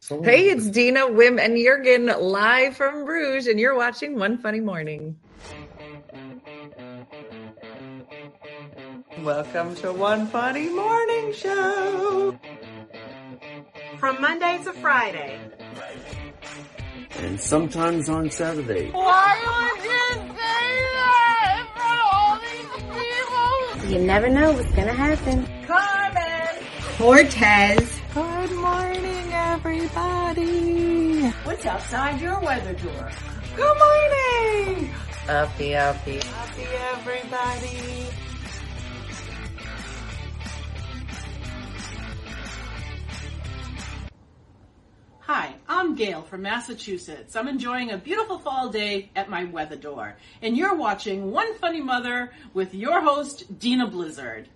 So- Hey, it's Dina, Wim, and Jurgen live from Bruges, and you're watching One Funny Morning. Welcome to One Funny Morning Show. From Monday to Friday. and sometimes on Saturday. You never know what's gonna happen. Cortez. Good morning, everybody. What's outside your weather door? Good morning. Uppy, uppy. Happy everybody. Hi, I'm Gail from Massachusetts. I'm enjoying a beautiful fall day at my weather door. And you're watching One Funny Mother with your host, Dina Blizzard.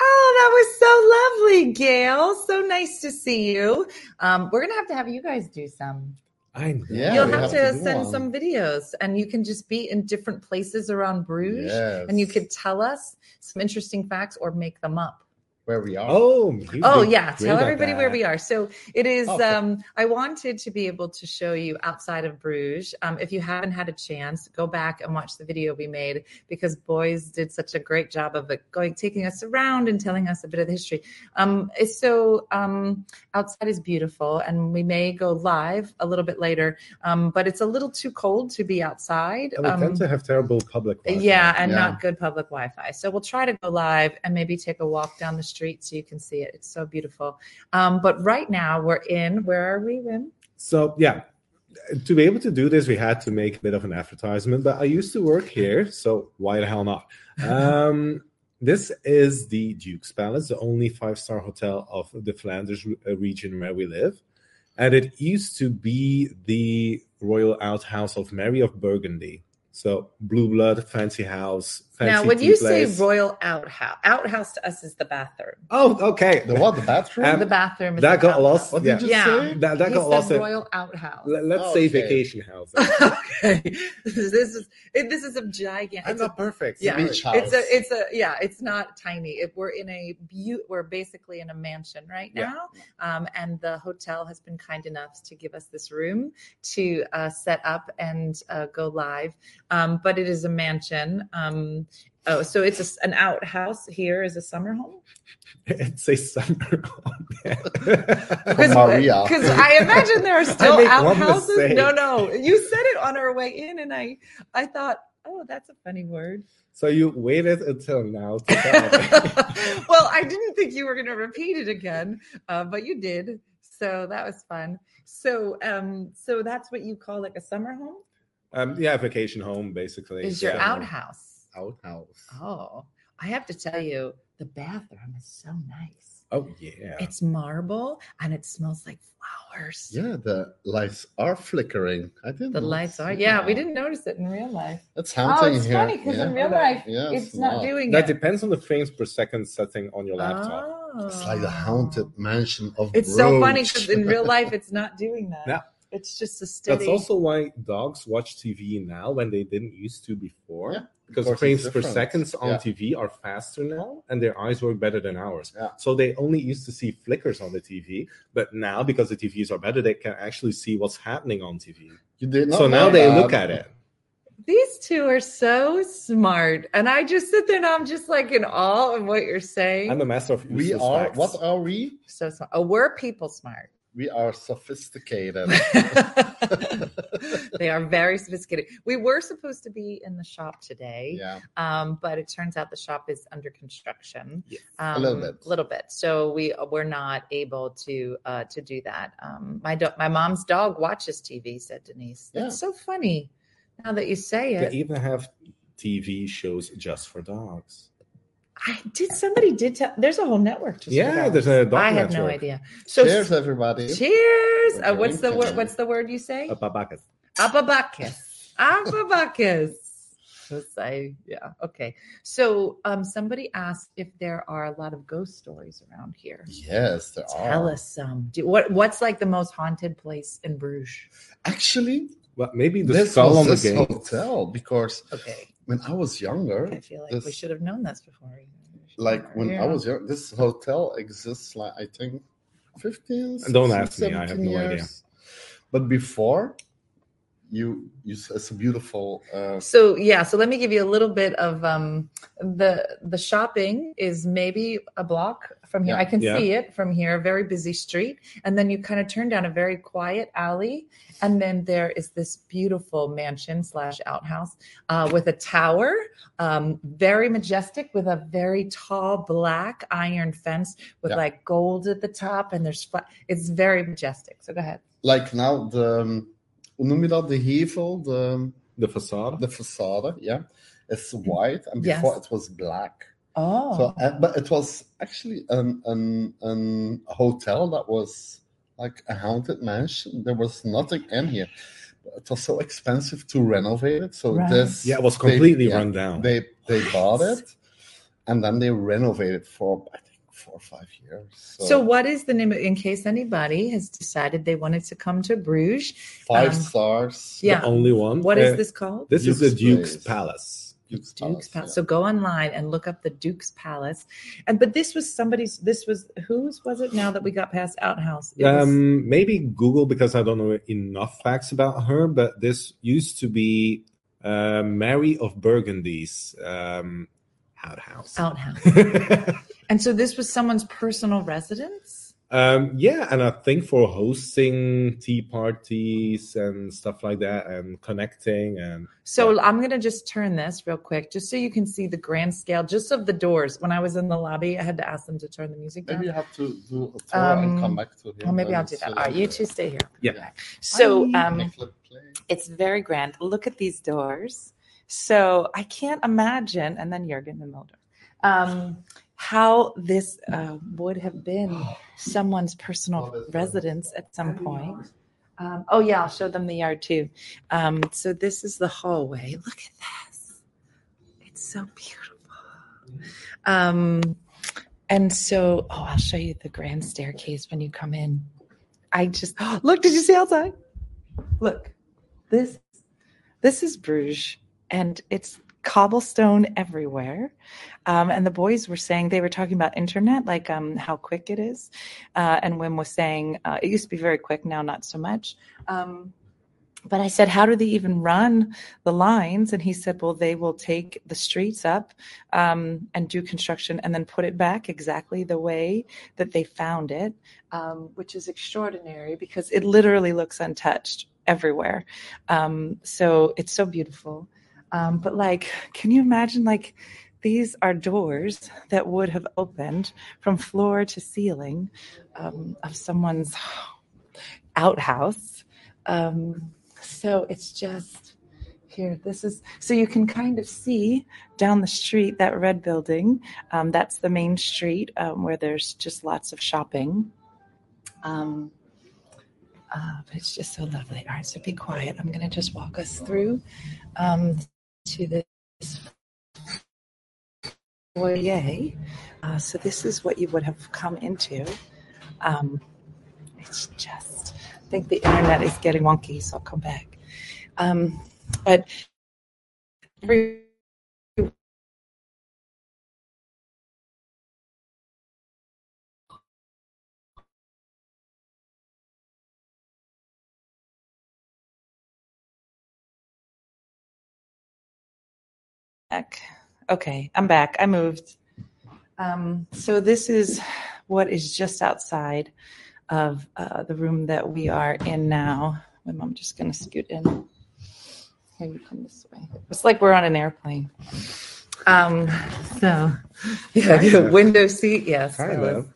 Oh, that was so lovely, Gail. So nice to see you. Um, we're going to have to have you guys do some. I know. Yeah, You'll we have, to, do send one. some videos, and you can just be in different places around Bruges, Yes. and you could tell us some interesting facts or make them up. where we are. Oh, you Oh did yeah, great tell at everybody where that. we are. So it is. Okay. Um, I wanted to be able to show you outside of Bruges. Um, if you haven't had a chance, go back and watch the video we made because boys did such a great job of it going, taking us around and telling us a bit of the history. Um, it's so um, outside is beautiful, and we may go live a little bit later. Um, but it's a little too cold to be outside. And we Um, tend to have terrible public. Wi-Fi. yeah, and Yeah. not good public Wi-Fi. So we'll try to go live and maybe take a walk down the street so you can see it. It's so beautiful. Um, but right now we're in. Where are we, Wim? So yeah, to be able to do this, we had to make a bit of an advertisement. But I used to work here, so why the hell not? Um, this is the Duke's Palace, the only five-star hotel of the Flanders re- uh, region where we live, and it used to be the royal outhouse of Mary of Burgundy. So blue blood, fancy house. Fancy now, when tea you place. say royal outhouse, outhouse to us is the bathroom. oh, okay, The what? The bathroom? Um, the bathroom. Is that the got lost. what yeah. did you Yeah. say? Oh, that, that He got said lost. in- royal outhouse. Let- Let's say Okay. vacation house. okay, this is it- this is a gigantic. I'm not perfect. Yeah. sorry. Beach house. it's a, it's a, yeah, it's not tiny. It, we're in a, beau- we're basically in a mansion right Yeah. now. Um, and the hotel has been kind enough to give us this room to uh, set up and uh, go live. Um, but it is a mansion. Um, oh, so it's a s an outhouse here is a summer home. it's a summer. home. Oh, From Maria. Because uh, I imagine there are still make one outhouses. mistake. No, no, you said it on our way in, and I, I thought, oh, that's a funny word. so you waited until now to tell me. well, I didn't think you were going to repeat it again, uh, but you did. So that was fun. So, um, so that's what you call like a summer home um, yeah, vacation home basically. is your Yeah. outhouse. outhouse. Oh, I have to tell you, the bathroom is so nice. Oh yeah. It's marble and it smells like flowers. Yeah, the lights are flickering. I didn't. The lights are. Yeah, we didn't notice it in real life. It's haunting oh, it's here. funny because yeah. in real life, Yeah, it's, not, doing that it. depends on the frames per second setting on your laptop. Oh. It's like the haunted mansion of. It's so funny Bruges. because in real life, it's not doing that. Yeah. It's just a steady. That's also why dogs watch TV now when they didn't used to before. Yeah, because course, frames it's per different. seconds on Yeah. TV are faster now, and their eyes work better than ours. Yeah. So they only used to see flickers on the TV, but now because the TVs are better, they can actually see what's happening on TV. you did not so now know they that. look at it. These two are so smart. And I just sit there and I'm just like in awe of what you're saying. I'm a master of We useless are. facts. What are we? so smart. Oh, we're people smart. We are sophisticated. they are very sophisticated. We were supposed to be in the shop today, yeah. um, but it turns out the shop is under construction. Yes. Um, little bit. little bit. So we we're not able to uh, to do that. Um, my do- my mom's dog watches TV. Said Denise. That's Yeah. so funny. Now that you say it, They even have TV shows just for dogs. I did. Somebody did tell. There's a whole network. Just for Yeah, dogs. there's a dog I had network. no idea. So Cheers, cheers. everybody. Uh, what's the word? Drinking. What's the word you say? A babaca. Ababakis. Ababakis. That's- I yeah okay. So um, somebody asked if there are a lot of ghost stories around here. Yes, there are. Tell us some. Do, what what's like the most haunted place in Bruges? Actually, Well, maybe the this skull on was the this game. hotel because Okay, when I was I younger, feel like we This- should have known this before. like when Yeah. I was young, this hotel exists like I think 15 Uh, Don't 16, ask me, I have 17 no idea. years. but before you you s- it's a beautiful uh So yeah, so let me give you a little bit of um, the the shopping is maybe a block from here. Yeah. I can Yeah. see it from here, very busy street, and then you kind of turn down a very quiet alley, and then there is this beautiful mansion slash outhouse uh, with a tower, um, very majestic, with a very tall black iron fence with Yeah. like gold at the top, and there's fla- it's very majestic. So go ahead. like now the um, hoe noem je dat the hevel the um, The facade. the facade yeah it's Mm-hmm. white and Yes. before it was black Oh, so uh, but it was actually an an an hotel that was like a haunted mansion there was nothing in here it was so expensive to renovate it so Right. this yeah, it was they- completely yeah. run down. They they bought What? it, and then they renovated for I think four or five years. So, So, what is the name? In case anybody has decided they wanted to come to Bruges, five um, stars. the yeah. only one. what is Uh, this called? This is the Duke's Duke's Place. Palace. Duke's Duke's Palace. yeah. So go online and look up the Duke's Palace. And but this was somebody's. This was whose was it? Now that we got past Outhouse, It was- Um, maybe Google because I don't know enough facts about her, but this used to be uh, Mary of Burgundy's um, outhouse. Outhouse. And so this was someone's personal residence. um, yeah, and I think for hosting tea parties and stuff like that, and connecting and So I'm going to just turn this real quick, just so you can see the grand scale, just of the doors. When I was in the lobby, I had to ask them to turn the music down. Maybe you have to do a tour and Um, come back to here. Well, maybe then I'll do it's, that. uh, All right, you two stay here. Yeah. Okay. So, Hi, um, Nicola Play. It's very grand. Look at these doors. So I can't imagine, and then Jurgen and Mulder, um, how this uh, would have been someone's personal residence at some point. Um, oh, yeah, I'll show them the yard too. Um, so this is the hallway. Look at this. It's so beautiful. Um, and so, oh, I'll show you the grand staircase when you come in. I just, look, did you see outside? Look this this is bruges and it's cobblestone everywhere um, and the boys were saying they were talking about internet like um, how quick it is uh, and wim was saying uh, it used to be very quick now not so much um, but i said how do they even run the lines and he said well they will take the streets up um, and do construction and then put it back exactly the way that they found it um, which is extraordinary because it literally looks untouched everywhere um, so it's so beautiful. Um, but like, can you imagine like these are doors that would have opened from floor to ceiling um, of someone's outhouse. Um, so it's just here. This is so you can kind of see down the street that red building. Um, that's the main street um, where there's just lots of shopping. Um, uh, but it's just so lovely. All right, so be quiet. I'm going to just walk us through um, to this foyer. Uh, so this is what you would have come into. Um, it's just, I think the internet is getting wonky, so I'll come back. Um, but every back. Okay, I'm back. I moved. Um, so this is what is just outside of uh, the room that we are in now. And I'm just going to scoot in. Here you come this way. It's like we're on an airplane. Um, so, yeah, Kind of. window seat, yes. Kind of.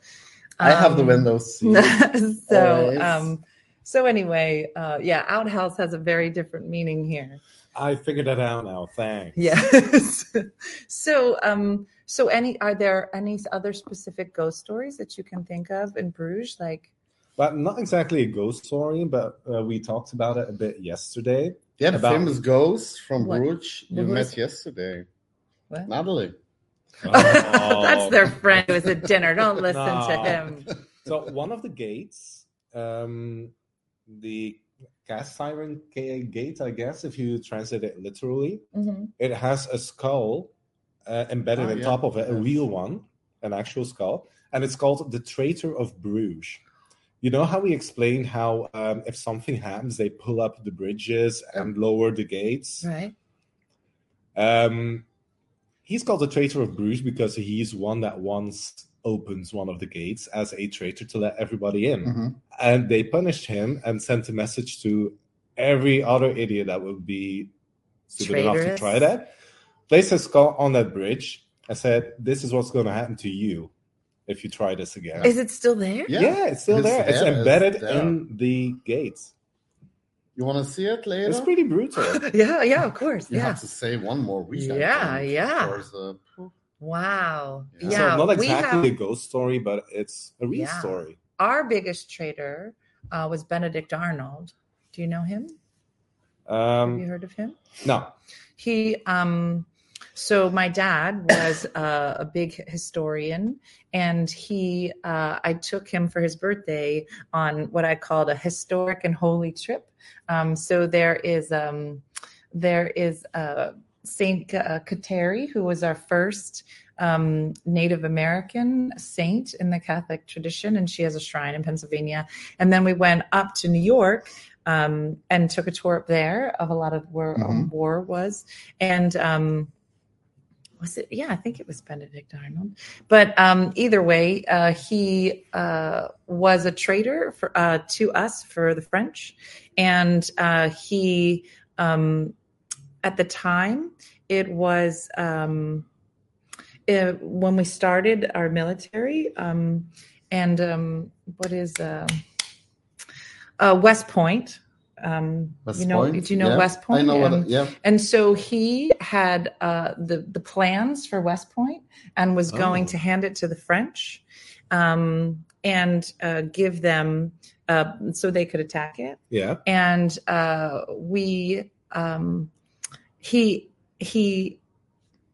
I have the Um, window seat. so, Always. um, so anyway, uh, yeah, outhouse has a very different meaning here. I figured that out now. Thanks. Yes. so, um, so any are there any other specific ghost stories that you can think of in Bruges? Like, But not exactly a ghost story, but uh, we talked about it a bit yesterday. yeah, the about- famous ghost from What? Bruges you Who met is- yesterday, what? Natalie. Um, That's their friend who was at dinner. Don't listen to No. him. So one of the gates, um, the cast iron ca- gate, I guess, if you translate it literally, Mhm. it has a skull uh, embedded Ah, on yeah. top of it, a Yeah. real one, an actual skull, and it's called the Traitor of Bruges. You know how we explained how um, if something happens, they pull up the bridges and lower the gates. Right. Um, he's called the traitor of Bruges because he's one that once opens one of the gates as a traitor to let everybody in. Mhm. And they punished him and sent a message to every other idiot that would be stupid enough to Traitorous. try that. Placed a skull on that bridge and said, This is what's going to happen to you if you try this again. Is it still there? yeah. Yeah. it's still It's there. It's there, it's embedded there. in the gates. You want to see it later? It's pretty brutal. yeah, yeah, of course. You yeah. have to say one more week. I Yeah, think, yeah. for the- Wow. Yeah. Yeah. so not we exactly have- a ghost story, but it's a real Yeah. story. our biggest traitor uh, was Benedict Arnold. Do you know him? Have you Um, heard of him? no, He, um, so my dad was uh, a big historian, and he, uh, I took him for his birthday on what I called a historic and holy trip. Um, so there is, um, there is uh, Saint uh, Kateri, who was our first um, Native American saint in the Catholic tradition, and she has a shrine in Pennsylvania. And then we went up to New York um, and took a tour up there of a lot of where um, war was, and. Um, was it? Yeah, I think it was Benedict Arnold. But um, either way, uh, he uh, was a traitor for, uh, to us for the French, and uh, he um, at the time it was um, uh when we started our military um, and um, what is uh, uh, west point um, West you know Point, do you know yeah. west point I know Um, what. Yeah. and so he had uh, the the plans for West Point and was going Oh. to hand it to the French um, and uh, give them uh, so they could attack it. yeah. And uh, we um, he he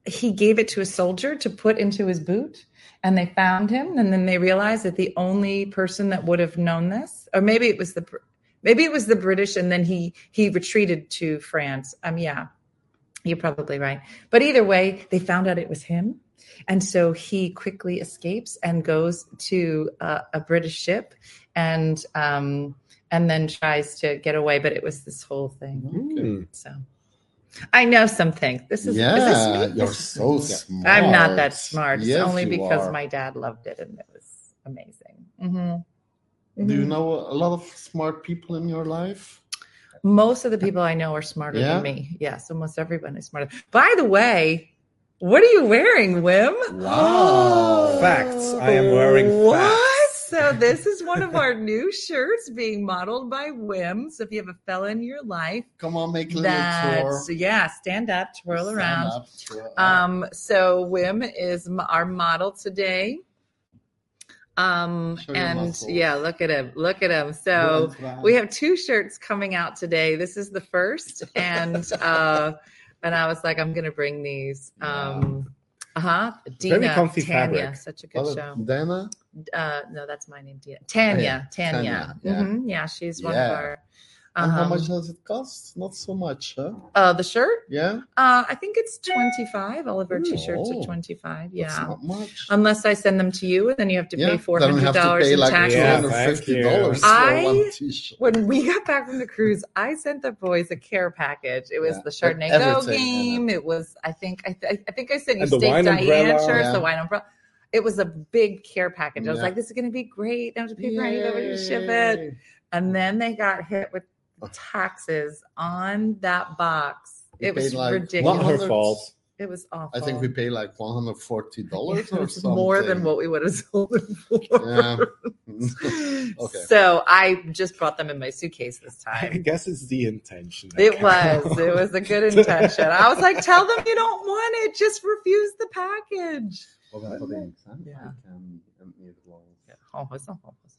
he gave it to a soldier to put into his boot and they found him and then they realized that the only person that would have known this or maybe it was the Br- maybe it was the british and then he he retreated to france um yeah you're probably right but either way they found out it was him and so he quickly escapes and goes to uh, a british ship and um and then tries to get away but it was this whole thing Hmm. so I know something. Mm. This is, is yeah, this me? you're This is so Yeah. smart. I'm not that smart. It's Yes, only you because are. my dad loved it and it was amazing. Mhm. Do you Mhm. know a lot of smart people in your life? Most of the people I know are smarter Yeah? than me. Yes, almost everyone is smarter. By the way, what are you wearing, Wim? Wow. Facts. I am wearing what? facts. So this is one of our new shirts being modeled by Wim. So if you have a fella in your life, Come on, make a little that's tour. yeah, stand up, twirl Stand around. up, twirl up. Um, so Wim is m- our model today. Um, Show your and muscles. yeah, look at him. Look at him. Little So twirl. we have two shirts coming out today. This is the first, and uh, and I was like, I'm gonna bring these. Um, uh huh. Dina, Very comfy Tanya, fabric. such a good Well, show. Dana, Uh, no, that's my name, Dina. Tanya, Tanya. Oh, Tanya, yeah. Mhm, yeah, she's one Yeah. of our. and how um, much does it cost? Not so much, huh? uh, the shirt? Yeah, Uh, I think it's 25. All of our Ooh. t-shirts Oh. are 25. Yeah. That's not much. unless I send them to you, and then you have to pay four then we hundred have to dollars pay in like taxes. Yeah, $250 thank you. for I- one t-shirt. When we got back from the cruise, I sent the boys a care package. It was Yeah, the with Chardonnay Go everything in game. It was, I think, I, th- I think I said you And the steak wine Diane umbrella. shirts, Yeah. the wine umbrella. It was a big care package. I was Yeah. like, this is going to be great. I don't have to pay for any of it. We can ship it. Yay. Oh. And then they got hit with taxes on that box. We it was paid, like, ridiculous. Not her 100 fault. It was awful. I think we pay like $140 or It was something. more than what we would have sold it for. Yeah. Okay. So I just brought them in my suitcase this I time. guess it's the intention. that It was. counts. It was a good intention. I was like, tell them you don't want it. Just refuse the package. Well, that's what they make sense. Yeah. I can um, eat it long. Oh, it's not- oh, it's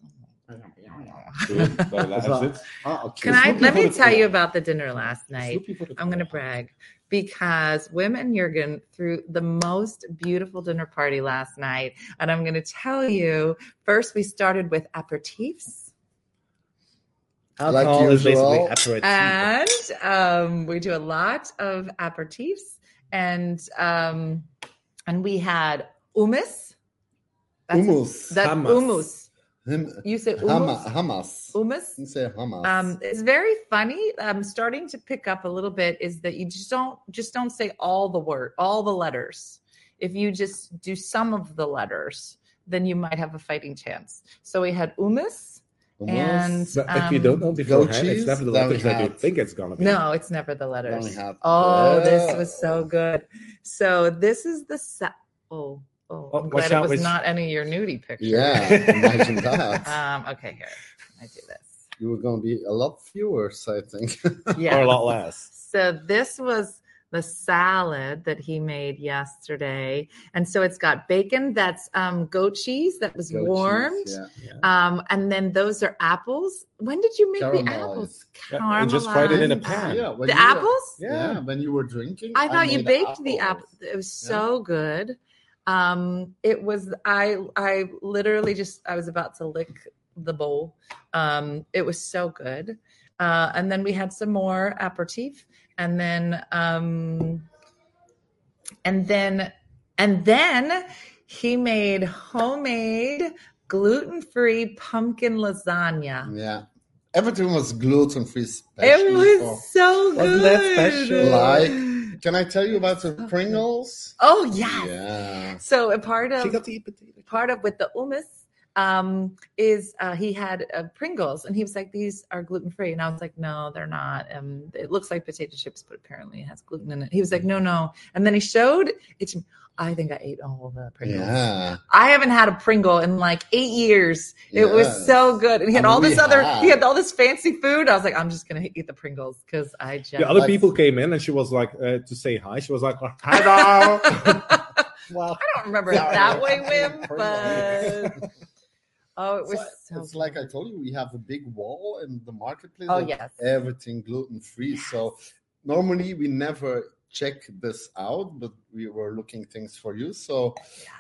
Good. not- Well, that's Well, it. Ah, okay. Can I Snoopy let me Butterfly. tell you about the dinner last night? Snoopy Butterfly. I'm going to brag because Wim and Jurgen threw the most beautiful dinner party last night. And I'm going to tell you first, we started with aperitifs. Like Alcohol is basically usual. aperitif. and um, we do a lot of aperitifs and um, and we had hummus That's- Hummus. that Hummus. hummus Him, You say Hama, hummus. Hamas. Hummus? You say Hamas. Um, it's very funny. I'm starting to pick up a little bit is that you just don't just don't say all the word, all the letters. If you just do some of the letters, then you might have a fighting chance. So we had umus. and- But if Um, you don't know beforehand, cheese, it's never the then we letters that you have- think it's gonna be. No, it's never the letters. have Oh, this this. was so good. So this is the sa- oh oh. Oh, I'm watch glad it out, was it's- not any of your nudie pictures. Yeah, imagine that. Um. Okay. Here, I do this. you were going to be a lot viewers, I think. Yeah. Or a lot less. So this was the salad that he made yesterday, and so it's got bacon that's um, goat cheese that was Goat warmed, cheese, yeah. um, and then those are apples. When did you make the Caramelized. apples? Yeah, and just fried it in a Caramelized. pan. Yeah, when The you were- apples? yeah, when you were drinking. I thought you made baked the apple. apples. It was so good. Um, it was I I literally just I was about to lick the bowl. Um, it was so good. Uh, and then we had some more aperitif, and then um, and then and then he made homemade gluten-free pumpkin lasagna. Yeah. Everything was gluten free special. It for- was so good. Wasn't that special? Like- Can I tell you about the Pringles? oh yes. Yeah. So a part of She got to eat potato. part of with the hummus um, is uh, he had uh, Pringles and he was like, these are gluten free. And I was like, no, they're not. Um, it looks like potato chips, but apparently it has gluten in it. He was like, no, no. And then he showed it to me. I think I ate all the Pringles. Yeah. I haven't had a Pringle in like eight years. It was Yes. so good. And he had I mean, all this we other, he had- had all this fancy food. I was like, I'm just going to eat the Pringles because I just. The other Like- people came in and she was like uh, to say hi. She was like, "Hello." well, I don't remember it that way, Wim, but. Oh, it was It's so like- it's like I told you, we have a big wall in the marketplace. Oh and yes. Everything gluten free. So normally we never check this out, but we were looking things for you. So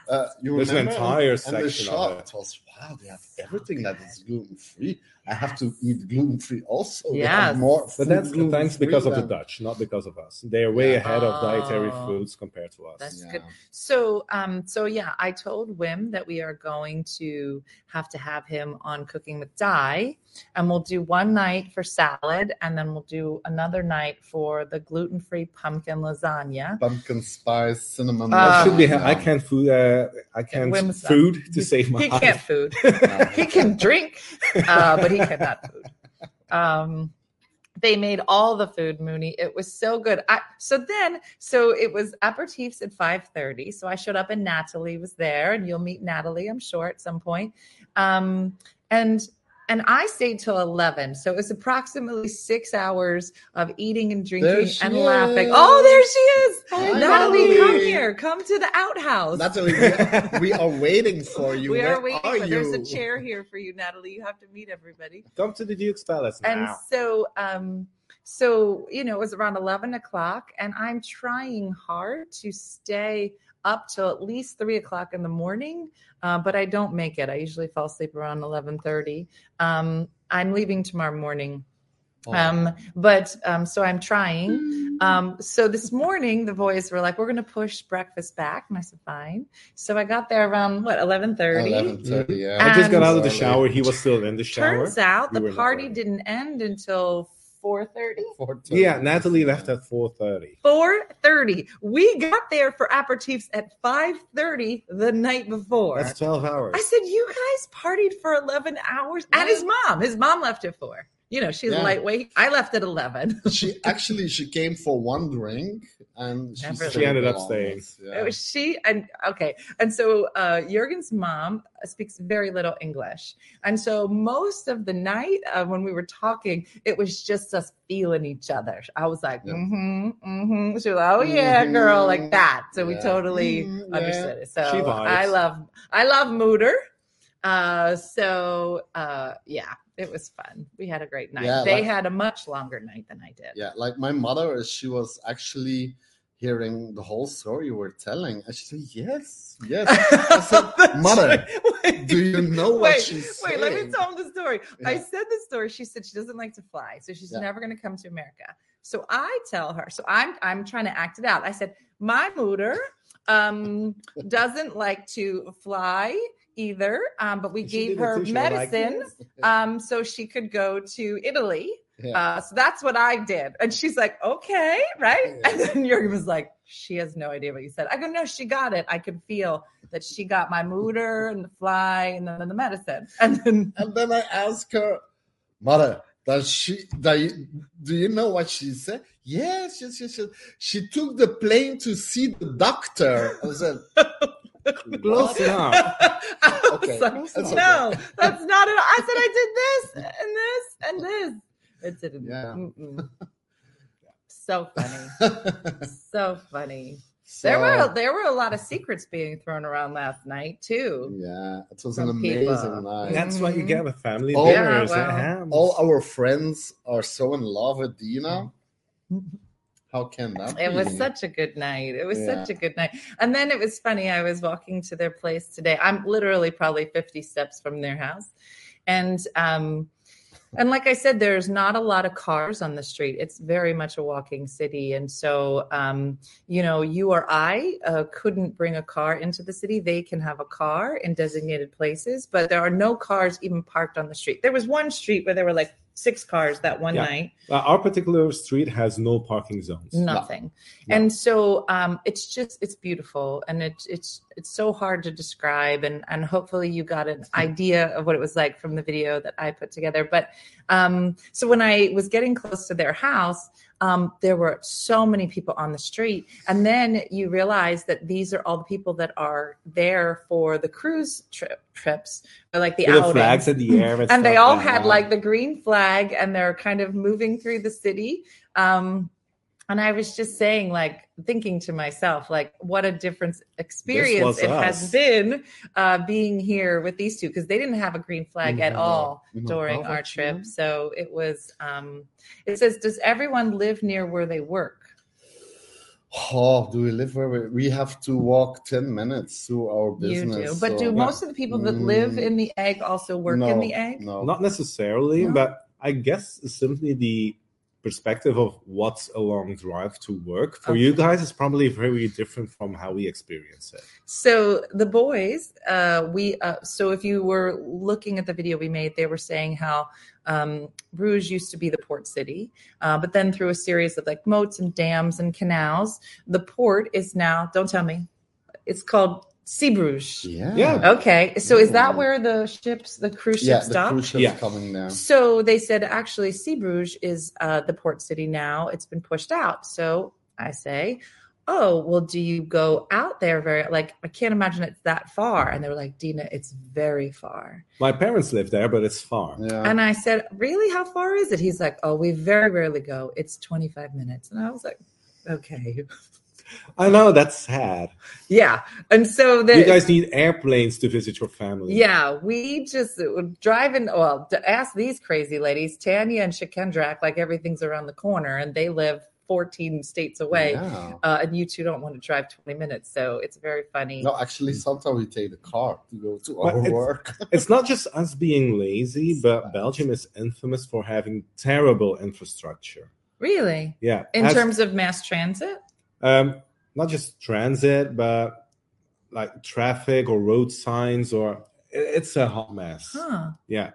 uh, you There's an remember? entire and, and the section of shop it. was wow. They have everything that is gluten free. I have to eat gluten free also. They Yes. have more. but food that's gluten-free thanks because of the than- Dutch, not because of us. They're way Yeah. ahead of dietary Oh. foods compared to us. That's Yeah. good. So, um, so yeah, I told Wim that we are going to have to have him on Cooking with Di, and we'll do one night for salad, and then we'll do another night for the gluten-free pumpkin lasagna. Pumpkin spice, cinnamon. I Uh, should be. mushroom. I can't food. Uh, I can't Wim's not- food to save my He can't life. food. No. he can drink, uh, but he cannot food. Um, they made all the food, Mooney. It was so good. I, so then, so it was aperitifs at five thirty. So I showed up, and Natalie was there, and you'll meet Natalie, I'm sure, at some point. Um, and and I stayed till eleven, so it was approximately six hours of eating and drinking she and laughing. is. Oh, there she is, Hi, Natalie, Come Natalie. here, come to the outhouse. Natalie, we are, we are waiting for you. we Where are waiting. Are for, you? There's a chair here for you, Natalie. You have to meet everybody. Come to the Duke's Palace now. And so, um, so you know, it was around eleven o'clock, and I'm trying hard to stay up till at least three o'clock in the morning, uh, but I don't make it. I usually fall asleep around eleven thirty. Um, I'm leaving tomorrow morning. Oh. Um, but um, so I'm trying. Um, so this morning, the boys were like, "We're going to push breakfast back," and I said, "Fine." So I got there around what 11:30. 11:30, yeah. Ah. I just got out of the And- shower. He was still in the shower. Turns out We the were not party ready. didn't end until 4:30. 4:30. yeah, Natalie left at four thirty. 4:30. We got there for aperitifs at 5:30 the night before. That's twelve hours. I said, "You guys partied for 11 hours." And his mom, his mom left at 4. You know, she's Yeah. lightweight. I left at 11. She actually she came for one drink and she, Never She stayed ended up long. staying. Yeah. It was Uh, she and okay. And so uh, Jurgen's mom speaks very little English. And so most of the night uh, when we were talking, it was just us feeling each other. I was like, Yeah. Mm-hmm. mm hmm, mm hmm. She was like, oh, yeah, girl, like that. So we Yeah. totally Mm, yeah. understood it. She So vibes. I love, I love Mooter. Uh, so uh, yeah, it was fun. We had a great night. Yeah, they like- had a much longer night than I did. Yeah, like my mother, she was actually hearing the whole story you were telling, and she said, "Yes, yes." I said, "Mother, Wait. do you know what wait, she's wait, saying?" let me tell him the story. I Yeah. said the story. She said she doesn't like to fly, so she's Yeah. never going to come to America. So I tell her. So I'm I'm trying to act it out. I said my mooter um, doesn't like to fly. either, um, but we She gave did a her t-shirt like medicine this. um, so she could go to Italy. Yeah. Uh, so that's what I did. And she's like, okay, right? Yeah. And then Yuri was like, she has no idea what you said. I go, no, she got it. I could feel that she got my mooder and the fly and then the medicine. And then And then I ask her, Mother, does she do you, do you know what she said? Yes, yes, yes, yes. She took the plane to see the doctor. I said, Close enough. I was Okay, like, that's not no, that's not it. I said I did this and this and this. It didn't. Yeah. mm-mm. So funny. So funny. So, There were there were a lot of secrets being thrown around last night too. Yeah, it was an Some amazing people. night. That's what you Mhm. get with family Oh, dinners and Yeah, wow. hams. All our friends are so in love with Dina. Mm-hmm. How can that It be? was such a good night. It was Yeah. such a good night. And then it was funny. I was walking to their place today. I'm literally probably 50 steps from their house. And um and like I said, there's not a lot of cars on the street. It's very much a walking city. And so um, you know, you or I uh, couldn't bring a car into the city. They can have a car in designated places, but there are no cars even parked on the street. There was one street where there were like six cars that one Yeah. night. Uh, our particular street has no parking zones. Nothing. No. And so um, it's just it's beautiful, and it's it's it's so hard to describe, and and hopefully you got an idea of what it was like from the video that I put together. But um, so when I was getting close to their house, um, there were so many people on the street, and then you realize that these are all the people that are there for the cruise trip trips, or like the With the outings flags in the air, and, and they stuff all like had that. like the green flag and they're kind of moving through the city um and i was just saying like thinking to myself like what a different experience was it us. has been uh being here with these two because they didn't have a green flag at Mhm. all You know, during our Harvard, trip yeah. so it was um it says does everyone live near where they work Oh, do we live where we, we have to walk 10 minutes to our you business? do but so- do most of the people that live Mm. in the egg also work No, in the egg No. Not necessarily, No? but I guess it's simply the perspective of what's a long drive to work for you guys is probably very different from how we experience it. So the boys, uh, we uh, so if you were looking at the video we made, they were saying how um, Bruges used to be the port city, uh, but then through a series of like moats and dams and canals, the port is now. Don't tell me, it's called Sea Bruges. Yeah. Yeah. Okay, so is that Ooh. where the ships, the Oh, cruise ships, Yeah, the stop? cruise ship's Yeah. coming now. So they said actually, Sea Bruges is uh, the port city now. It's been pushed out. So I say, oh well, do you go out there very like I can't imagine it's that far. And they were like, Dina, it's very far. My parents live there, but it's far. Yeah. And I said, really, how far is it? He's like, oh, we very rarely go. It's twenty five minutes. And I was like, okay, I know that's sad. yeah. And so the, you guys need airplanes to visit your family. Yeah, we just uh, driving. Well, to ask these crazy ladies, Tanya and Shakendrak, like everything's around the corner, and they live 14 states away. Yeah. Uh, and you two don't want to drive 20 minutes, so it's very funny. No, actually, sometimes we take the car to go to But our it's- work. It's not just us being lazy, but Belgium is infamous for having terrible infrastructure. Really, Yeah. in as- terms of mass transit, um, not just transit, but like traffic or road signs, or i- it's a hot mess. huh? Yeah,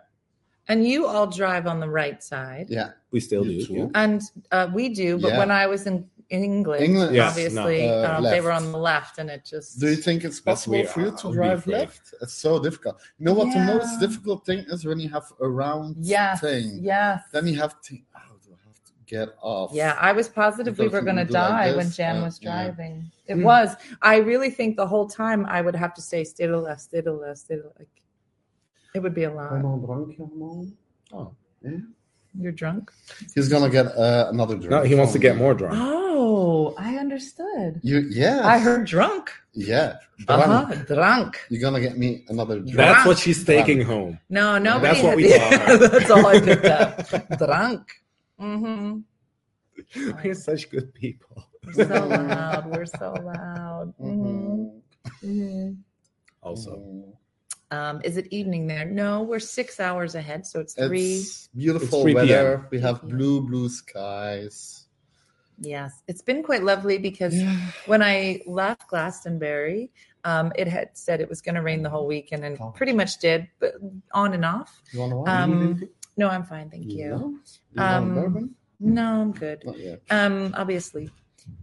And you all drive on the right side, Yeah. we still You do. too? yeah. and uh, we do. But Yeah. when I was in England, England- Yes, obviously no. Uh, um, they left. were on the left, and it just Do you think it's That's possible weird. for you I- to I'll be drive afraid. left? It's so difficult. You know what the most Yeah. difficult thing is when you have a round yes, thing. yes. Then you have to, how do I have to get off? Yeah, I was positive we Because were you going to would do like die when this, Jan uh, was yeah. driving. It Mm. was. I really think the whole time I would have to say stay to the left, stay to the left, stay to the like. It would be a lot. Allemaal drankje, allemaal. Oh. You're drunk. He's gonna get uh, another drink. No, he wants to from get me. more drunk. Oh, I understood. You, yeah, I heard drunk. yeah. Drunk. Uh huh. Drunk. You're gonna get me another drink. That's what she's taking home. No, nobody. That's what had- we thought. That's all I picked up. drunk. Mm-hmm. We're such good people. We're so loud. We're so loud. Mhm. Mhm. Mhm. Also, Mm-hmm. Um, is it evening there? No, we're six hours ahead, so it's three. It's beautiful It's 3 p.m. weather. We have 3 p.m. blue, blue skies. Yes, it's been quite lovely because when I left Glastonbury, Um, it had said it was going to rain the whole weekend and Oh. pretty much did, but on and off. You want to watch? Um, no, I'm fine. Thank you. you. You want Um, bourbon? No, I'm good. Not yet. Um, obviously.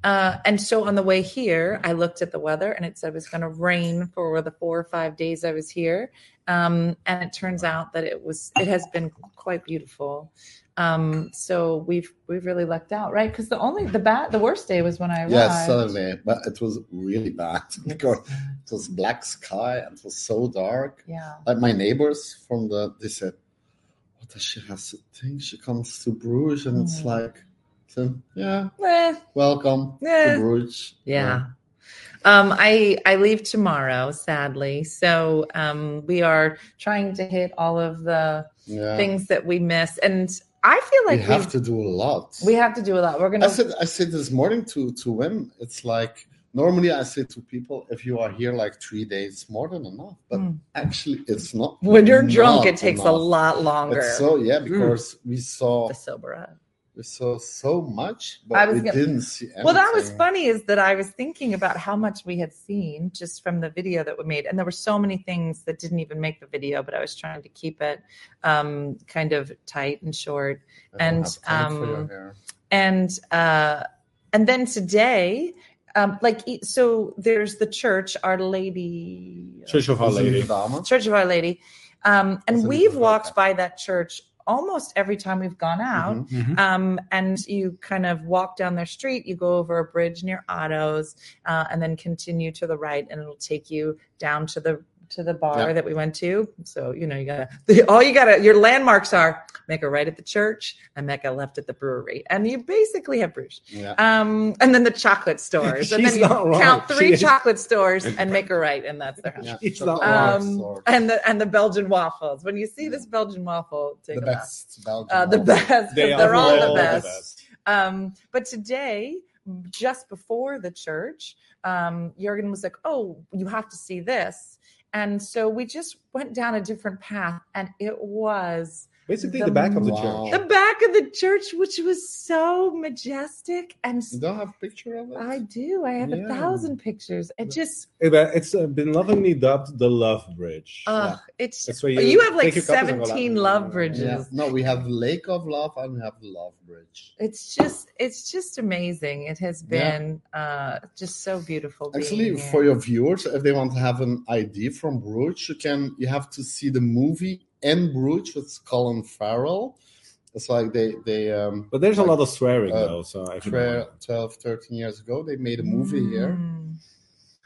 Uh, and so on the way here, I looked at the weather and it said it was going to rain for the four or five days I was here. Um, and it turns out that it was it has been quite beautiful. Um, so we've we've really lucked out, right? Because the only the bad the worst day was when I arrived. Yes, certainly. But it was really bad because it was black sky and it was so dark. Yeah. Like my neighbors from the, they said, "What does she has to think? She comes to Bruges, and it's Mm. like, so, yeah, Eh, welcome Yeah. to Bruges." Yeah. Um, I I leave tomorrow, sadly. So um, we are trying to hit all of the yeah. things that we miss, and I feel like we have we've- to do a lot. We have to do a lot. We're I gonna. said, I said this morning to to Wim. It's like normally I say to people, if you are here like three days, more than enough. But Mm. actually, it's not. when you're drunk, not it takes a enough. lot longer Hmm. It's so yeah, because we saw to sober up. we saw so much, but I was we gonna- didn't see. Anything. Well, that was funny is that I was thinking about how much we had seen just from the video that we made. And there were so many things that didn't even make the video, but I was trying to keep it um, kind of tight and short. I don't and, have time for your um, hair. and uh and then today um like e- so there's the church our lady uh, Church of Our Was it Lady. Dharma? church of our lady um and Doesn't look we've like walked that. by that church almost every time we've gone out Mhm. um, and you kind of walk down their street, you go over a bridge near Otto's, uh, and then continue to the right, and it'll take you down to the to the bar Yeah. that we went to. So you know you gotta all you gotta your landmarks are make a right at the church and make a left at the brewery, and you basically have Bruges. Yeah. Um, and then the chocolate stores, and then She's you not wrong. count She three is- chocolate stores and make a right, and that's their house. Yeah. It's not Dark Um, Lord. and the and the Belgian waffles. When you see this Belgian waffle, take the a left. best Belgian Uh, the waffle. best. They are all the best. best. Um, but today, just before the church, um, Jurgen was like, "Oh, you have to see this," and so we just went down a different path, and it was Basically, The the, back of the Wow. church. the back of the church, which was so majestic. And You don't have a picture of it. I do, I have a Yeah. thousand pictures. It just, It- uh, It's uh, been lovingly dubbed the Love Bridge. ugh, it's. That's where you, you have like take your couples and go like, seventeen "Mm, love yeah." bridges. yeah. No, we have Lake of Love and we have Love Bridge. It's just, it's just amazing. It has Yeah. been uh, just so beautiful. being Actually, here. for your viewers, if they want to have an idea from Bruges, you can. You have to see the movie in Bruges with Colin Farrell. It's like they they um, But there's a Like, lot of swearing uh, though, so if you don't tre- want 12, 13 years ago they made a movie here. Mm.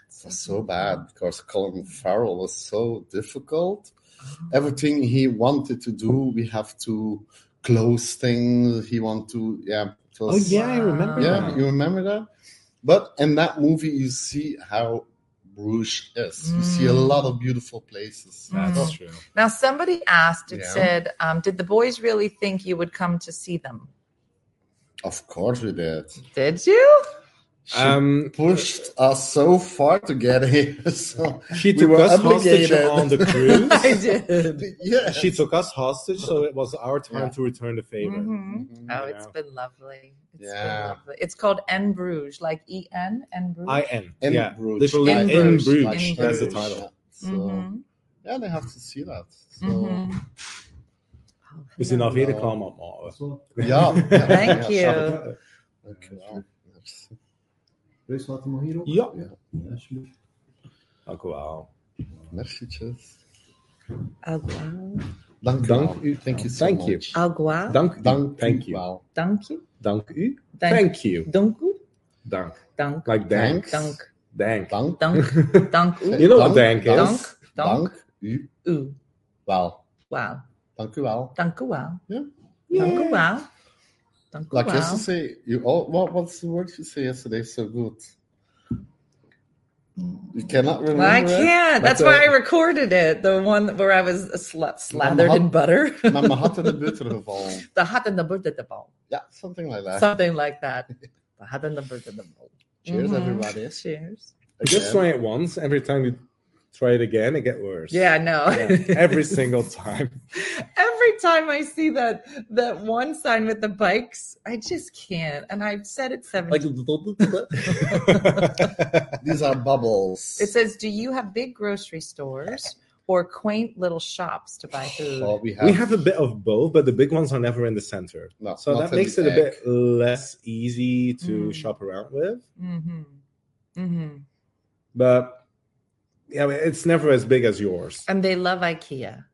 It was so bad because Colin Farrell was so difficult. Oh. Everything he wanted to do, we have to close things. He want to yeah. It Oh was, yeah, I remember. Yeah, now. you remember that? But in that movie, you see how Bruges is. You see a Mm. lot of beautiful places. that's Mm. true. Now, somebody asked, it Yeah. said, um, Did the boys really think you would come to see them? Of course, we did. Did you? She Um, pushed us so far to get here. So she We took were us hostage obligated. on the cruise. I did. yeah, She took us hostage, so it was our time Yeah. to return the favor. Mhm. Oh, it's Yeah. been lovely. It's Mm-hmm. Yeah. been lovely. It's called En Bruges, like E N, En Bruges. I N. in Yeah, Bruges, literally In in, Bruges, Bruges. in That's the Bruges. title. So Mm-hmm. Mhm, yeah, they have to see that. So mhm. Oh, We zien hello. alweer de kwam op. oh. yeah, yeah, yeah, Thank you. sure. Okay, well, that's- Wees laat hem maar hierop. Ja, Ja, alsjeblieft. dank u wel. merci, tjus. Agua. Dank u Dank wel. u. Thank you so Thank much. you. Agua. Dank u. Dank u Thank you. wel. Dank je. Dank u. Dank- Thank you. Dank u. Dank. Dank. Like dank. Thanks. Dank. Dank. Dank Dank. Dank u. You know what dank Dank, is? Dank. Dank Dank u u. wel. Wauw. Dank u wel. Dank u wel. Yeah. Dank u wel. Dank u Like wel. yesterday, you all what what's the word you say yesterday so good? You cannot remember. I it? can't. But, That's uh, why I recorded it. The one where I was sla- Mm-hmm. slathered in hot- butter. Maar mijn had in de butter gevallen. the hot and the butter the ball. Yeah, something like that. Something like that. The hot and the butter the ball. Cheers, Mhm. everybody. Cheers. Just Again. try it once. Every time you try it again, it get worse. Yeah, no. Yeah, every single time. Every time I see that that one sign with the bikes, I just can't. And I've said it seven. Like these are bubbles. it says, "Do you have big grocery stores or quaint little shops to buy food?" Oh, we have, we have a bit of both, but the big ones are never in the center. no, So not that in makes it a egg. bit less easy to Mm. shop around with. Mm-hmm. Mm-hmm. But yeah, I mean, it's never as big as yours. And they love IKEA.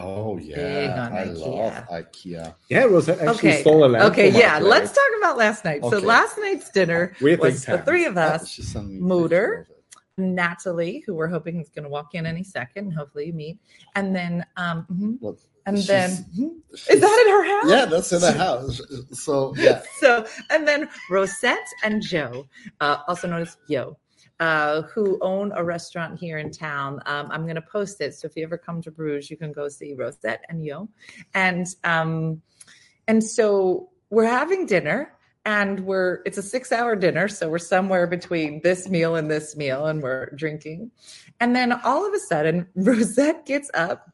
Oh yeah, Big on I IKEA. love IKEA. Yeah, Rosette actually Okay. stole a lamp. Okay, from our yeah. place. Let's talk about last night. So Okay. last night's dinner We think was the time. three of us. Oh, she sent me a Motor. picture of it. Natalie, who we're hoping is going to walk in any second, hopefully you meet, and then um, mhm, Look, and she's- then mhm. she's- is that in her house? Yeah, that's in the house. So yeah, So and then Rosette and Joe, uh, also known as Yo, uh, who own a restaurant here in town. Um, I'm going to post it, so if you ever come to Bruges, you can go see Rosette and Yo, and um, and so we're having dinner. And we're, it's a six hour dinner. So we're somewhere between this meal and this meal, and we're drinking. And then all of a sudden, Rosette gets up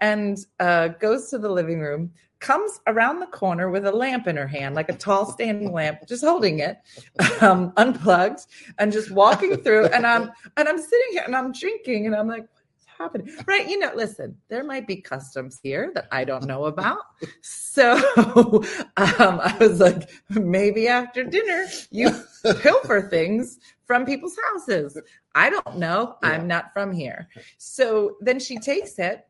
and uh, goes to the living room, comes around the corner with a lamp in her hand, like a tall standing lamp, just holding it, um, unplugged, and just walking through. And I'm and I'm sitting here and I'm drinking, and I'm like. "What's Happening, right? You know, listen, there might be customs here that I don't know about. So um, I was like, maybe after dinner, you pilfer things from people's houses. I don't know. I'm not from here. So then she takes it,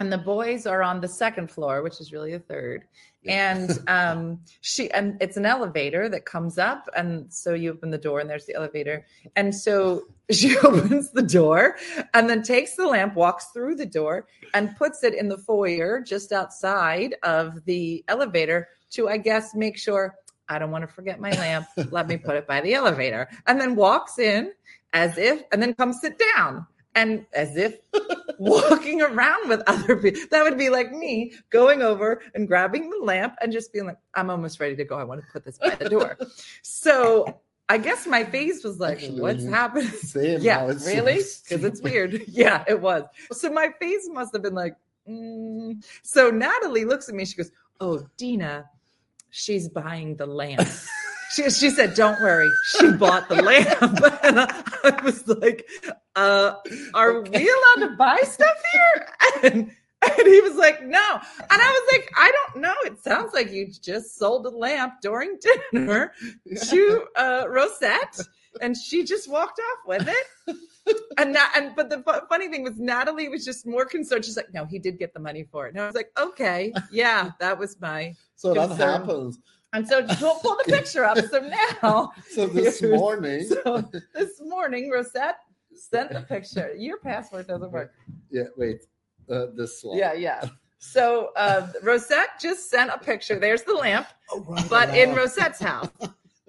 and the boys are on the second floor, which is really the third. And um, she and it's an elevator that comes up, and so you open the door, and there's the elevator. And so she opens the door, and then takes the lamp, walks through the door, and puts it in the foyer just outside of the elevator to, I guess, make sure I don't want to forget my lamp. Let me put it by the elevator. And then walks in as if, and then comes sit down. And as if walking around with other people, that would be like me going over and grabbing the lamp and just being like, I'm almost ready to go. I want to put this by the door. So I guess my face was like, Actually, what's you- happening? same. Yeah, how it's- really? Because it's weird. Yeah, it was. So my face must have been like, mm. so Natalie looks at me. She goes, "Oh, Dina, she's buying the lamp." she she said, "Don't worry, she bought the lamp." and I, I was like, uh, "Are we allowed to buy stuff here?" And, and he was like, no. And I was like, I don't know. It sounds like you just sold a lamp during dinner to uh, Rosette and she just walked off with it. And that, and but the fu- funny thing was, Natalie was just more concerned. She's like, "No, he did get the money for it." And I was like, "Okay, yeah, that was my." So that Concern. happens. And so just pull, pull the picture up. So now, So this Here's- morning, so this morning, Rosette sent the picture. Your password doesn't work. yeah, wait, uh, this one. Yeah, yeah. So uh, Rosette just sent a picture. There's the lamp, Oh, right, but in wow. Rosette's house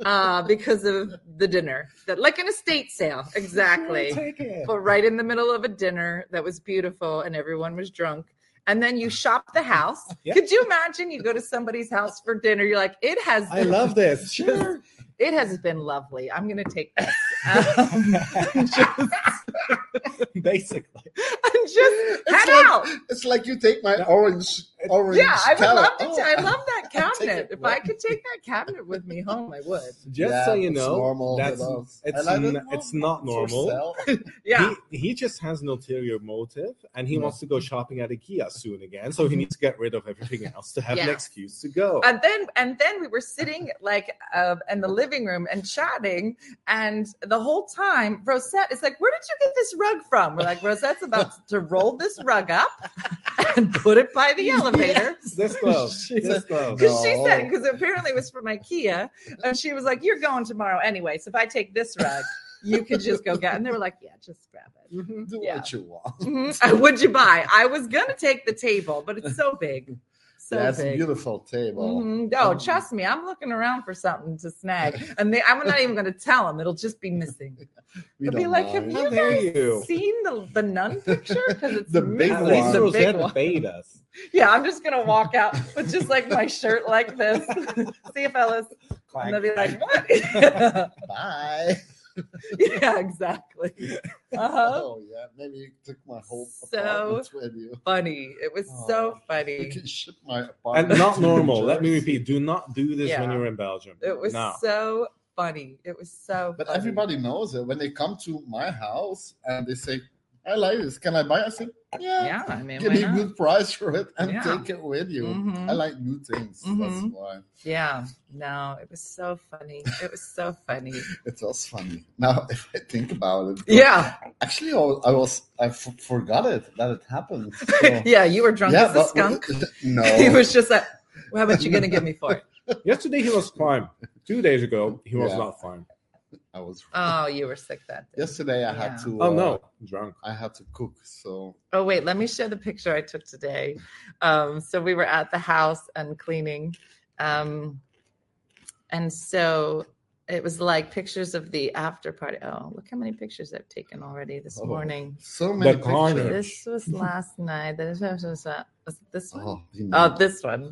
uh, because of the dinner, that like an estate sale, exactly. Take it. but right in the middle of a dinner that was beautiful and everyone was drunk. And then you shop the house. Yeah. Could you imagine you go to somebody's house for dinner? You're like, it has I love this. Sure. it has been lovely. I'm gonna take this. Um, Basically. and just It's head like- out. It's like you take my orange, orange. Yeah, I would carrot. love to Oh, I love that I'll take cabinet. it. If I could take that cabinet with me home, I would. Just Yeah, so you it's know, normal with that's us. I it's like it. n- it's not normal. For sale. Yeah. He, he just has an ulterior motive and he No. wants to go shopping at IKEA soon again. So he needs to get rid of everything else to have an Yeah. excuse to go. and then and then we were sitting like uh, in the living room and chatting and the whole time rosette is like where did you get this rug from we're like rosette's about to roll this rug up and put it by the elevator this close. She's This a- close. because she said No. because apparently it was from ikea and she was like you're going tomorrow anyway so if i take this rug you could just go get and they were like yeah just grab it Do Yeah. what you want. Mhm. Uh, would you buy i was gonna take the table but it's so big so yeah, it's a big beautiful table. Mhm. No, Um, trust me, I'm looking around for something to snag, and they, I'm not even going to tell them. It'll just be missing. We It'll be don't like, have mind. you dare guys you." seen the, the nun picture? Because it's The big At missing least one. the big Rosetta one. paid us. Yeah, I'm just gonna walk out with just like my shirt like this. See you, fellas, and Clank. they'll be like, "What?" Bye. yeah, exactly. Uh-huh. Oh yeah, maybe you took my whole So- apartment with you. Funny. It was Oh, so You funny. can ship my And apartment. not to New normal. Let me Jersey. repeat: do not do this when Yeah. you're in Belgium. It was no. so funny. It was so. But funny. everybody knows it. When they come to my house and they say, "I like this. Can I buy?" it?" I say, "Yeah, Yeah, I mean, give why me a not? good price for it and Yeah. take it with you." Mhm. I like new things. Mhm. That's why Yeah, no, it was so funny. It was so funny. it was funny. Now, if I think about it, yeah, actually, I was I, was, I f- forgot it that it happened. So, yeah, you were drunk as a but- skunk. No, he was just like, "Well, "How much you gonna give me for it?" Yesterday he was fine. Two days ago he was Yeah. not fine. I was. Oh, you were sick that day. Yesterday, I had Yeah. to. Oh uh, no, drunk. I had to cook, so Oh wait, let me show the picture I took today. Um, so we were at the house and cleaning, um, and so it was like pictures of the after party. Oh, look how many pictures I've taken already this Oh. morning. so many garnish. pictures. This was last night. This was, was that- was this one. Oh, you Oh, know. this one.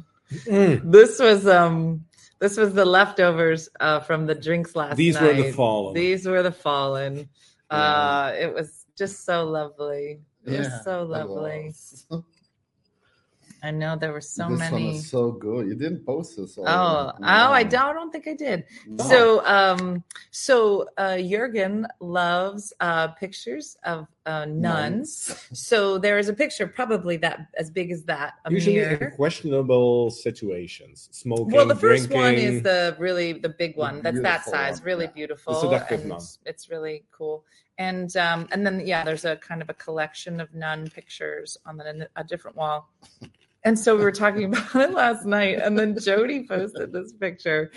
Mm. This was um this was the leftovers uh from the drinks last These were night. the fallen. These were the fallen. Uh it was just so lovely. It Yeah, was so that lovely. was. Oh, I know there were so this many. one is so good. You didn't post this. Oh, already. oh, I No. don't, I don't think I did. No. So, um, so uh, Jurgen loves uh, pictures of uh, nuns. So there is a picture, probably that as big as that. A Usually mirror. in questionable situations, smoking, Well, the first drinking. one is the really the big one. That's that beautiful size, one, really yeah. beautiful. The seductive and nun. It's really cool. And um, and then yeah, there's a kind of a collection of nun pictures on the, a different wall. And so we were talking about it last night, and then Jody posted this picture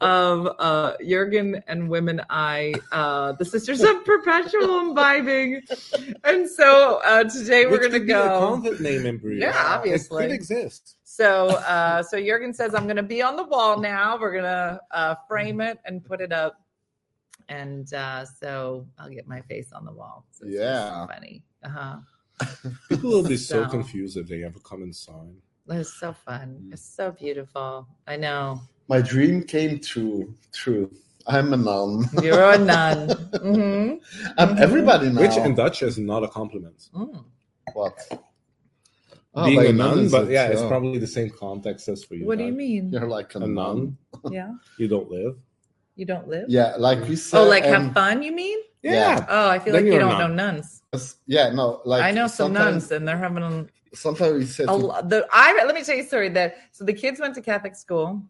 of uh, Jurgen and Women I, uh, the Sisters of Perpetual Imbibing. And so uh, today we're Which going to could be a go. convent name in Bruges. Yeah, It obviously. could exist. So, uh, so Jurgen says, I'm going to be on the wall now. We're going to uh, frame it and put it up. And uh, so I'll get my face on the wall. So it's Yeah. Funny. Uh huh. People will be so So. confused if they have a common sign. It was so fun. It's so beautiful. I know. My dream came true. True. I'm a nun. You're a nun. Mhm. I'm everybody now. Which in Dutch is not a compliment. Mm. What? Oh, Being by a nun, nuns, Oh, but yeah, it's uh, probably the same context as for you. What do you guys. mean? You're like a, A nun, Yeah. you don't live. You don't live? Yeah, like we said. Oh, like have um, fun, you mean? Yeah. Oh, I feel Then like you you're a don't nun. know nuns. Yeah, no, like I know some sometimes- nuns and they're having a Sometimes we said a to lo- the I let me tell you a story that so the kids went to Catholic school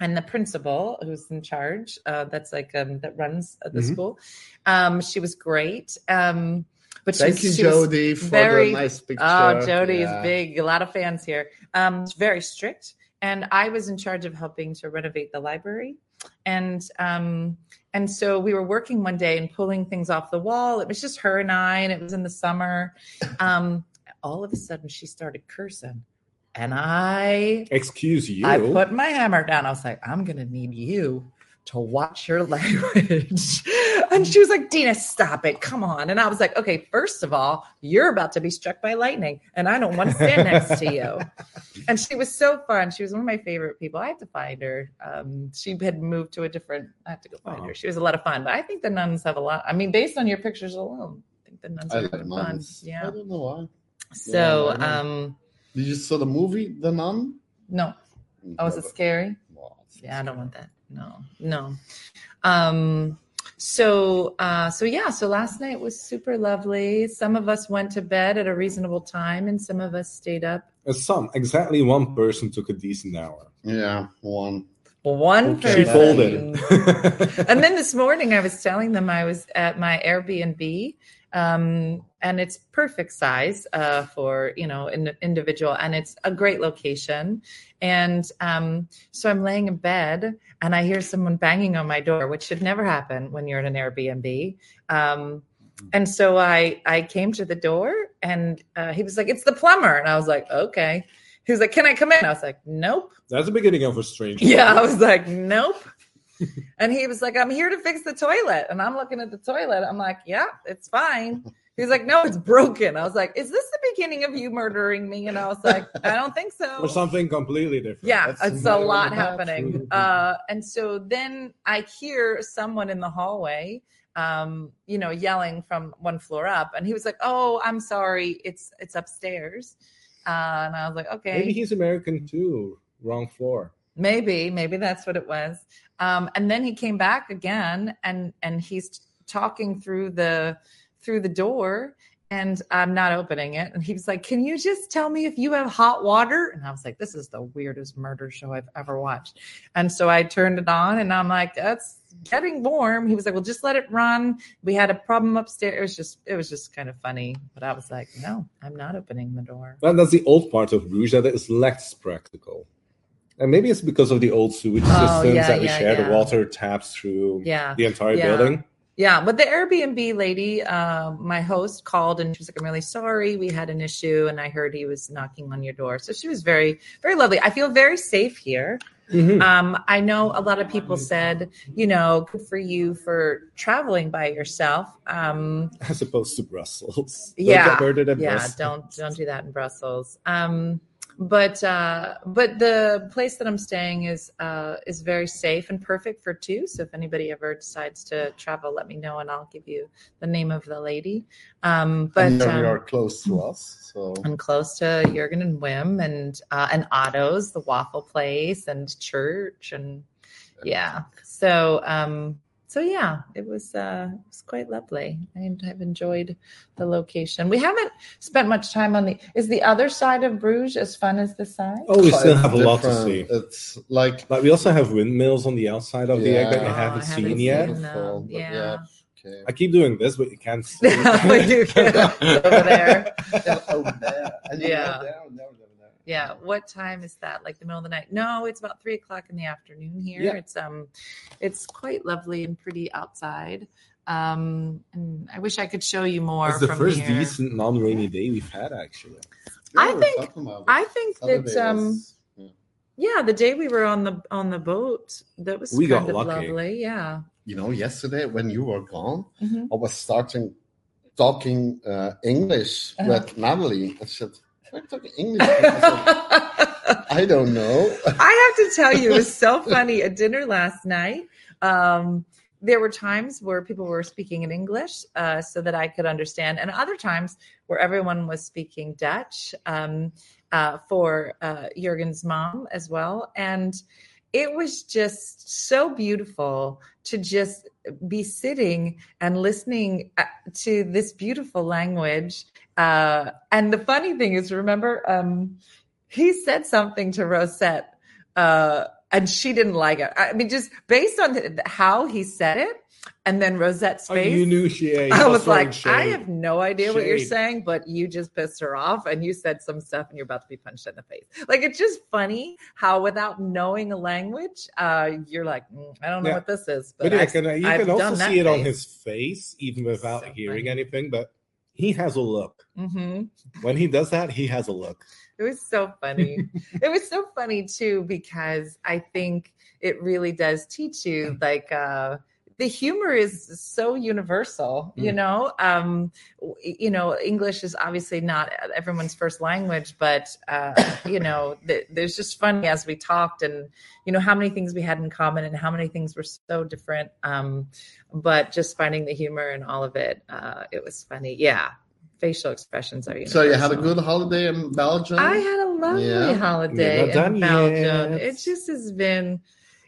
and the principal who's in charge uh, that's like um, that runs uh, the Mm-hmm. Mhm. school um, she was great um, but she Thank was- you, she was Jody, for very- the nice picture. Oh, Jody Yeah. is big. A lot of fans here. Um, it's very strict. And I was in charge of helping to renovate the library. And um, and so we were working one day and pulling things off the wall. It was just her and I, and it was in the summer. Um, all of a sudden, she started cursing, and I Excuse you. I put my hammer down. I was like, I'm gonna need you to watch your language. and she was like, Dina, stop it. Come on. And I was like, okay, first of all, you're about to be struck by lightning, and I don't want to stand next to you. And she was so fun. She was one of my favorite people. I had to find her. Um, she had moved to a different, I had to go find Aw. her. She was a lot of fun. But I think the nuns have a lot. I mean, based on your pictures alone, I think the nuns I are like having fun. nuns. I Yeah. don't know why. So I know. um Did you saw the movie The Nun? no. Oh, is it Never. scary? Wow, it's- yeah i don't want that no no um so uh so yeah so last night was super lovely some of us went to bed at a reasonable time and some of us stayed up Uh, Some exactly one person took a decent hour. Yeah, one. one Okay. She person folded. and then this morning i was telling them i was at my airbnb um, and it's perfect size uh, for you know an individual and it's a great location and um, so i'm laying in bed and i hear someone banging on my door which should never happen when you're in an airbnb um, and so i i came to the door and uh, he was like it's the plumber and i was like okay he was like can i come in i was like nope That's the beginning of a strange. yeah, I was like, nope. and he was like, I'm here to fix the toilet. And I'm looking at the toilet. I'm like, yeah, it's fine. He's like, no, it's broken. I was like, is this the beginning of you murdering me? And I was like, I don't think so. or something completely different. Yeah, That's it's a another lot one about happening. you. Uh, and so then I hear someone in the hallway, um, you know, yelling from one floor up, and he was like, "Oh, I'm sorry, it's it's upstairs." Uh, and I was like, "Okay, Maybe he's American too. Wrong floor. maybe maybe that's what it was um and then he came back again and and he's talking through the through the door and i'm not opening it and he was like can you just tell me if you have hot water and i was like this is the weirdest murder show i've ever watched and so i turned it on and i'm like that's getting warm he was like well just let it run we had a problem upstairs it was just it was just kind of funny but i was like no i'm not opening the door Well, that's the old part of Bruges that is less practical. And maybe it's because of the old sewage Oh, systems yeah, that we yeah, share. yeah. The water taps through yeah the entire Yeah. building. Yeah, but the Airbnb lady, um, my host called and she was like, "I'm really sorry, we had an issue, and I heard he was knocking on your door." So she was very, very lovely. I feel very safe here. Mhm. Um, I know a lot of people said, you know, good for you for traveling by yourself. Um, As opposed to Brussels. Don't yeah, get murdered at yeah, Brussels. don't don't do that in Brussels. Um, but uh, but the place that I'm staying is uh, is very safe and perfect for two. So if anybody ever decides to travel, let me know and I'll give you the name of the lady. Um, but and you um, are close to us, so I'm close to Jurgen and Wim and uh, and Otto's, the waffle place, and church, and yeah. So um, so yeah, it was uh, it was quite lovely. I, I've enjoyed the location. We haven't spent much time on the. Is the other side of Bruges as fun as this side? Oh, we still It's have a lot to different. see. It's like But we also have windmills on the outside of the egg that Yeah. I Oh, haven't I seen haven't yet. seen Beautiful, them. but Yeah, okay. I keep doing this, but you can't see. But you can- it's over there. oh, there. And you Yeah. go down, down, down, down. Yeah. What time is that? Like the middle of the night? No, it's about three o'clock in the afternoon here. Yeah. It's um, it's quite lovely and pretty outside. Um, and I wish I could show you more. It's the from first here. decent non-rainy day we've had, actually. Yeah, I we're think- talking about I think other that days. um, Yeah. yeah, the day we were on the on the boat, that was We got kind of lucky. lovely. Yeah. you know, yesterday when you were gone, Mhm. I was starting talking uh, English Uh-huh. with Natalie. I said, "Why I'm talking English. with myself?" I don't know. I have to tell you, it was so funny at dinner last night. Um, there were times where people were speaking in English uh, so that I could understand, and other times where everyone was speaking Dutch um, uh, for uh, Jurgen's mom as well. And it was just so beautiful to just be sitting and listening uh, to this beautiful language. Uh, and the funny thing is, remember, um, he said something to Rosette, uh, and she didn't like it. I mean, just based on th- how he said it, and then Rosette's Oh, face. you knew she ate. I That's was throwing like, I shade. have no idea what you're Shade. saying, but you just pissed her off and you said some stuff and you're about to be punched in the face. Like, it's just funny how, without knowing a language, uh, you're like, "Mm, I don't know Yeah. what this is. But, But yeah, I- can, you I've can also done that see it on face. his face, even without So hearing funny. anything. But he has a look. Mhm. When he does that, he has a look. it was so funny. it was so funny, too, because I think it really does teach you, like, uh, the humor is so universal you Mm. know um w- you know english is obviously not everyone's first language but uh you know th- there's just funny as we talked and you know how many things we had in common and how many things were so different um but just finding the humor in all of it uh it was funny yeah facial expressions are So you had a universal. good holiday in Belgium. I had a lovely Yeah. We're holiday not done in Belgium. yet. It just has been.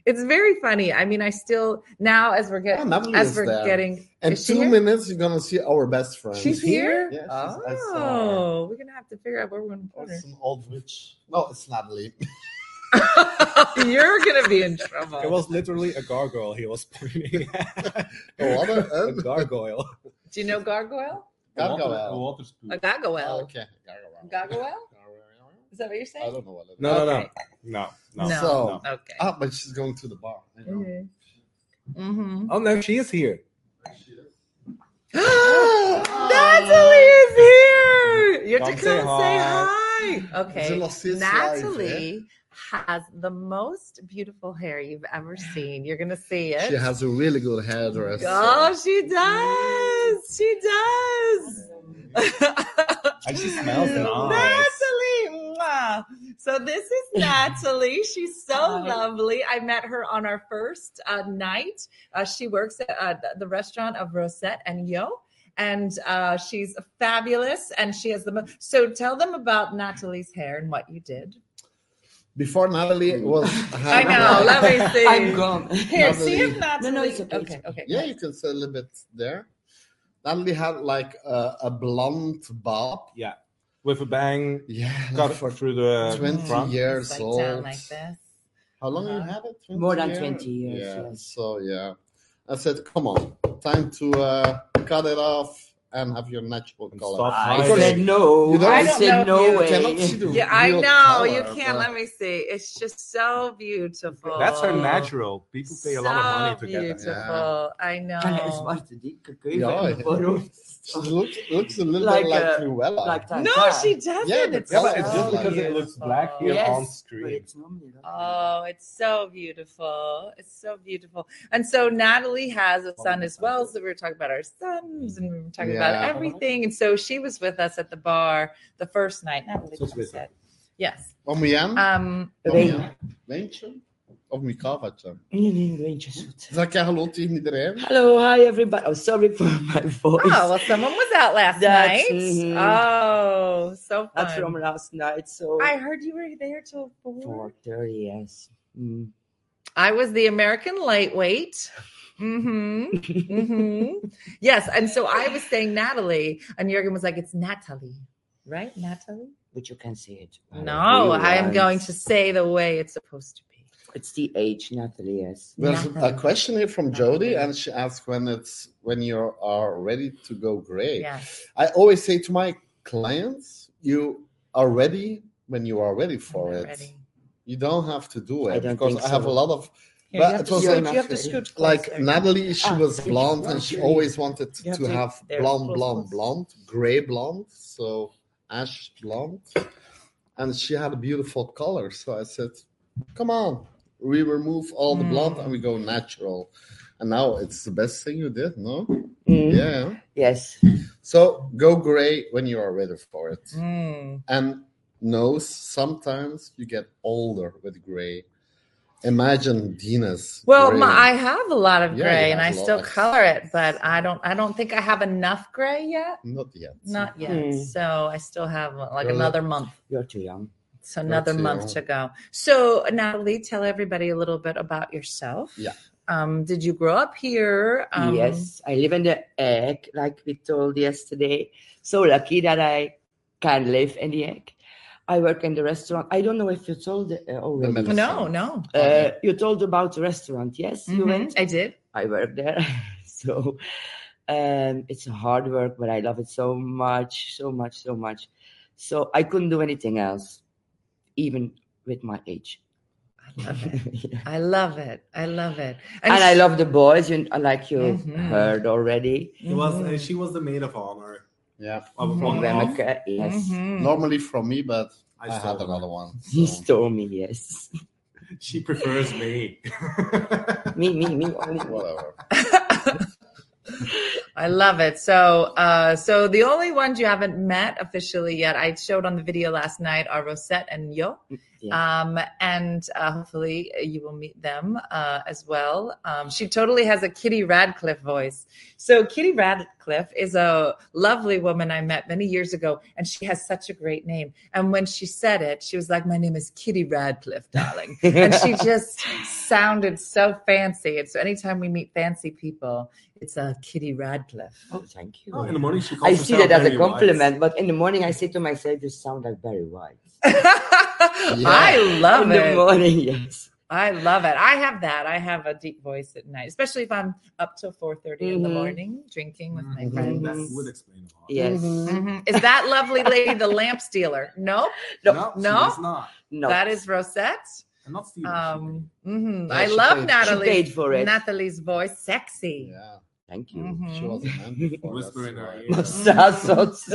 It's very funny. I mean, I still now as we're Oh, getting Natalie as is we're there. getting In is she two here? minutes, you're gonna see our best friend. She's here. Yeah, she's, I saw her. oh, we're gonna have to figure out where we're gonna Oh, put her. it's an old witch. No, it's Natalie. You're gonna be in trouble. It was literally a gargoyle he was pointing at. A what? a gargoyle. Do you know gargoyle? Gargoyle. A gargoyle. okay. Gargoyle. Gargoyle? Gargoyle? Is that what you're I saying? don't know what it is. No, Okay. no, no, no, No. So- no. Okay. Ah, but she's going to the bar. I know. Mhm. Mhm. Oh no, she is here. Oh. Natalie is here. You have Come to say come say hi. hi. Okay. Ze lost his life, Natalie has the most beautiful hair you've ever seen. You're going to see it. She has a really good hairdresser. Oh, she does. She does. And she smells nice. Natalie. mwah. So this is Natalie. She's so Hi. lovely. I met her on our first uh, night. Uh, she works at uh, the- the restaurant of Rosette and Yo. And uh, she's fabulous, and she has the most. So tell them about Natalie's hair and what you did. Before Natalie it was. I know. Let me see. I'm gone. Here, see if Natalie. Natalie. No, no, it's okay, it's Okay, okay. Yeah, you can say a little bit there. Natalie had like a, a blonde bob. With a bang, Yeah, cut for through the 20 front. years Upside old. down like this. How long you Uh-huh. had it? More than 20 years, Yeah. yes. So yeah, I said, come on, time to uh, cut it off and have your natural And color. stop I hiding. said no. You don't- I I don't said know if no you- You cannot see way. the Yeah, I real know. color, you uh, can't. but- Let me see. It's just so beautiful. That's her natural. People pay a lot of money So to get that. beautiful. I know. Kan een zwarte diep gekregen Ja, en ja. waarom? She looks looks a little Like, bit like uh, Cruella. Like that. No, she doesn't. Yeah, but- it's Yeah, but it's Oh, just because it beautiful. looks black here Yes, on But screen. it's normally not. Oh, it's so beautiful. It's so beautiful. And so Natalie has a son as well. So we were talking about our sons and we were talking Yeah. about everything. And so she was with us at the bar the first night. Natalie So it's with her. said. Yes. Om Jan? Um, Wijn. Wijntje? Of mijn kavaatje? Nee, nee, wijntje zoet. Zeg jij hallo tegen iedereen? Hello, hi everybody. Oh, sorry for my voice. oh, well, someone was out last night. Mm-hmm. That's- mhm. Oh, so That's from fun. last night, so I heard you were there till four. 4.30, yes. Mm. I was the American lightweight. hmm hmm yes. And so I was saying Natalie, and Jurgen was like, it's Natalie, right? Natalie? But you can see it. No, Really I am nice. going to say the way it's supposed to be. It's the age, Natalie, yes. There's a Nothing. question here from Jody, Nothing. and she asks when it's when you are ready to go gray. Yes. I always say to my clients, you are ready when you are ready for I'm it. ready. You don't have to do I it don't because think I have so. a lot of Here, But you have it to was scoot- like- you have to scoot like closer. Natalie. She Ah, was it's blonde, not and she really- always wanted You to, have to- have there, blonde, close, blonde, close. blonde, gray blonde, so ash blonde, and she had a beautiful color. So I said, "Come on, we remove all the blonde and we go natural." And now it's the best thing you did, no? Mm. Yeah. Yes. So go gray when you are ready for it. Mm. And nose, sometimes you get older with gray. Imagine Dina's. Well, gray. my, I have a lot of Yeah, you have gray, and I a lot. still color it, but I don't. I don't think I have enough gray yet. Not yet. Not yet. Mm. So I still have like Hmm. Well, another month. You're too young. So another too. month to go. So Natalie, tell everybody a little bit about yourself. Yeah. Um, did you grow up here? Um, yes, I live in the egg, like we told yesterday. So lucky that I can live in the egg. I work in the restaurant. I don't know if you told uh, already. medicine. No, no. Uh, you told about the restaurant, yes? You Mhm, went? I did. I work there. so um, it's hard work, but I love it so much, so much, so much. So I couldn't do anything else, even with my age. I love it. Yeah. I love it. I love it. Mm-hmm. And I love the boys, you, uh, like you Mhm. heard already. It was uh, she was the maid of honor Yeah. of Mhm. From one off. Wemmeke, yes. Mhm. Normally from me, but I, I had stole another her. one. He so. stole me, yes. She prefers me. Me, me, me, only me. Whatever. I love it. So, uh, so the only ones you haven't met officially yet, I showed on the video last night are Rosette and Yo. Yeah. Um, and uh, hopefully you will meet them uh, as well. Um, she totally has a Kitty Radcliffe voice. So, Kitty Radcliffe is a lovely woman I met many years ago, and she has such a great name. And when she said it, she was like, My name is Kitty Radcliffe, darling. and she just sounded so fancy. And so, anytime we meet fancy people, it's a Kitty Radcliffe. Oh, thank you. Oh, in the morning she calls I see herself that as a Barry White. compliment, but in the morning I say to myself, you sound like Barry White. I love in the it. morning, yes. I love it. I have that. I have a deep voice at night, especially if I'm up till four in the Mhm. morning drinking with my Mhm, friends. That would explain a lot. Yes. Mhm. Is that lovely lady the lamp stealer? Nope. No, No, she no. does not. No. That is Rosette. And not Steven. Um, mhm. Yeah, I she love paid- she Natalie. paid for it. Natalie's voice, sexy. Yeah. Thank you. Mhm. She was a man before. Whisper that's in her why. Mm-hmm.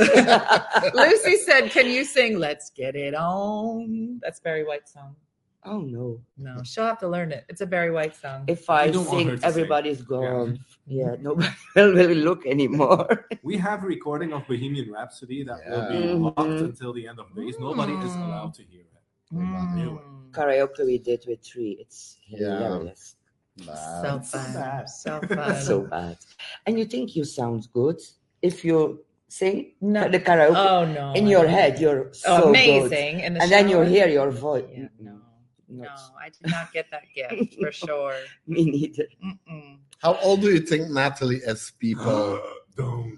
ear. Massasos. Lucy said, "Can you sing Let's Get It On?" That's Barry White's song. Oh no. No, she'll have to learn it. It's a Barry White song. If I I don't want her sing, to sing. everybody's gone. Yeah, nobody will really look anymore. We have a recording of Bohemian Rhapsody that will be Yeah. locked Mhm. until the end of days. Nobody is Mm-hmm. Mm. allowed to hear it. Mm. Karaoke we did with three. It's Yeah. hilarious. Mm. So so fun. bad. So fun. So bad. And you think you sound good if you sing No. the karaoke Oh no. in I your don't. head. You're Oh, so good. amazing. In the And then you shower? hear your voice. Yeah, No, no. No, not I did not get that gift for sure. me neither. Mm-mm. How old do you think Natalie is, people? Uh, Don't.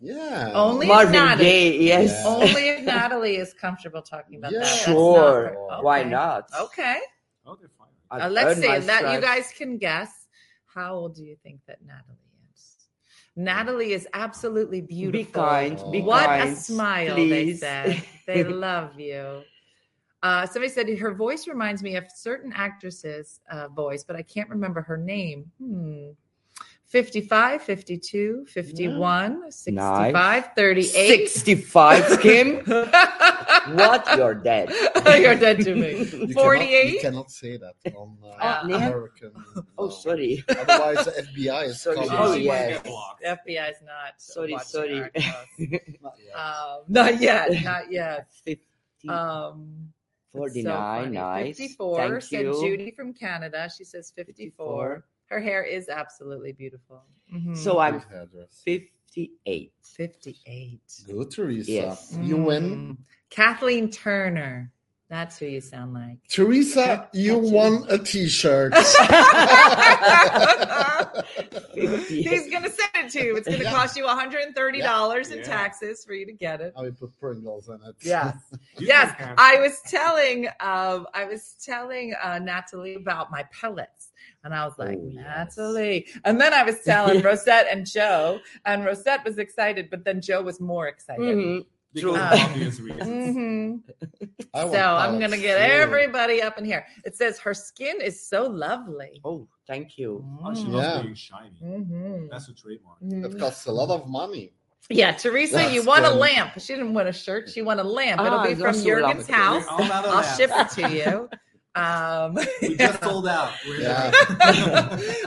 yeah. Only- Please Marvin not. Oh, Gaye, yes. Yeah. Only if Natalie is comfortable talking about Yeah. that. That's Sure. Not for, okay. Why not? Okay. Oh, they're fine. I've Uh, let's earned see. my That you stripes. guys can guess. How old do you think that Natalie is? Natalie is absolutely beautiful. Be kind. Be what kind. a smile please. they said. They love you. Uh, somebody said her voice reminds me of certain actress's uh, voice, but I can't remember her name. Hmm. 55, 52, 51, 65, 38. 65, Kim. what? You're dead. You're dead to me. You cannot- 48? you cannot say that on uh, Uh, yeah. American. Oh, no. sorry. Otherwise, the FBI is Sorry. coming. Oh, she yeah. might yes. get blocked. FBI is not. Sorry, watching sorry. our shows. Yeah. um, not yet. Not yet. 50, Um, it's so 49, funny. nice. 54, Thank said you. Judy from Canada. She says 54. 54. Her hair is absolutely beautiful. Mhm. So I'm Good hairdresser. 58. 58. Good, Teresa. Yes. You win. Mm. Kathleen Turner. That's who you sound like. Teresa, you That's it. won a t-shirt. He's going to send it to you. It's going to Yeah. cost you $130 in Yeah. taxes for you to get it. I would put Pringles in it. Yes. You yes. can have- I was telling um I was telling uh Natalie about my pellets. And I was like, Oh, yes. Natalie. And then I was telling Rosette and Joe, and Rosette was excited, but then Joe was more excited. Mhm. because of Uh, obvious Mm-hmm. reasons. Mhm. I want So I'm pallets gonna get too. everybody up in here. It says her skin is so lovely. Oh, thank you. Oh, she Mm. loves Yeah. being shiny. Mhm. That's a trademark. Mhm. It costs a lot of money. Yeah, Teresa, you That's want a good. lamp. She didn't want a shirt. She want a lamp. It'll Ah, be from that's so Jurgen's lovely. house. We're all out of I'll that. ship it to you. Um, We just sold out. We're Yeah.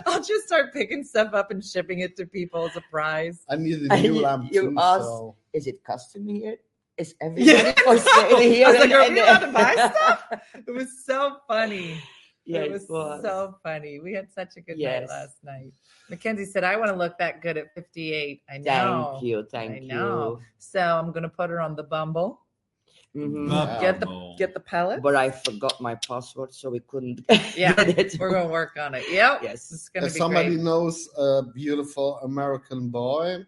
I'll just start picking stuff up and shipping it to people as a prize. I need a And new you- lamp you too, asked- so Hmm. Is it custom here? Is everybody or still here? I was like, and- "Are we and- allowed to buy stuff?" It was so funny. yeah, it was, so funny. We had such a good night Yes. last night. Mackenzie said, "I want to look that good at 58." I know. Thank you, thank I you. know. So I'm gonna put her on the Bumble. Mhm. The Get the bubble. get the pellet. But I forgot my password, so we couldn't Yeah, get it. We're gonna work on it. Yep. Yes. It's gonna if be somebody great. knows a beautiful American boy,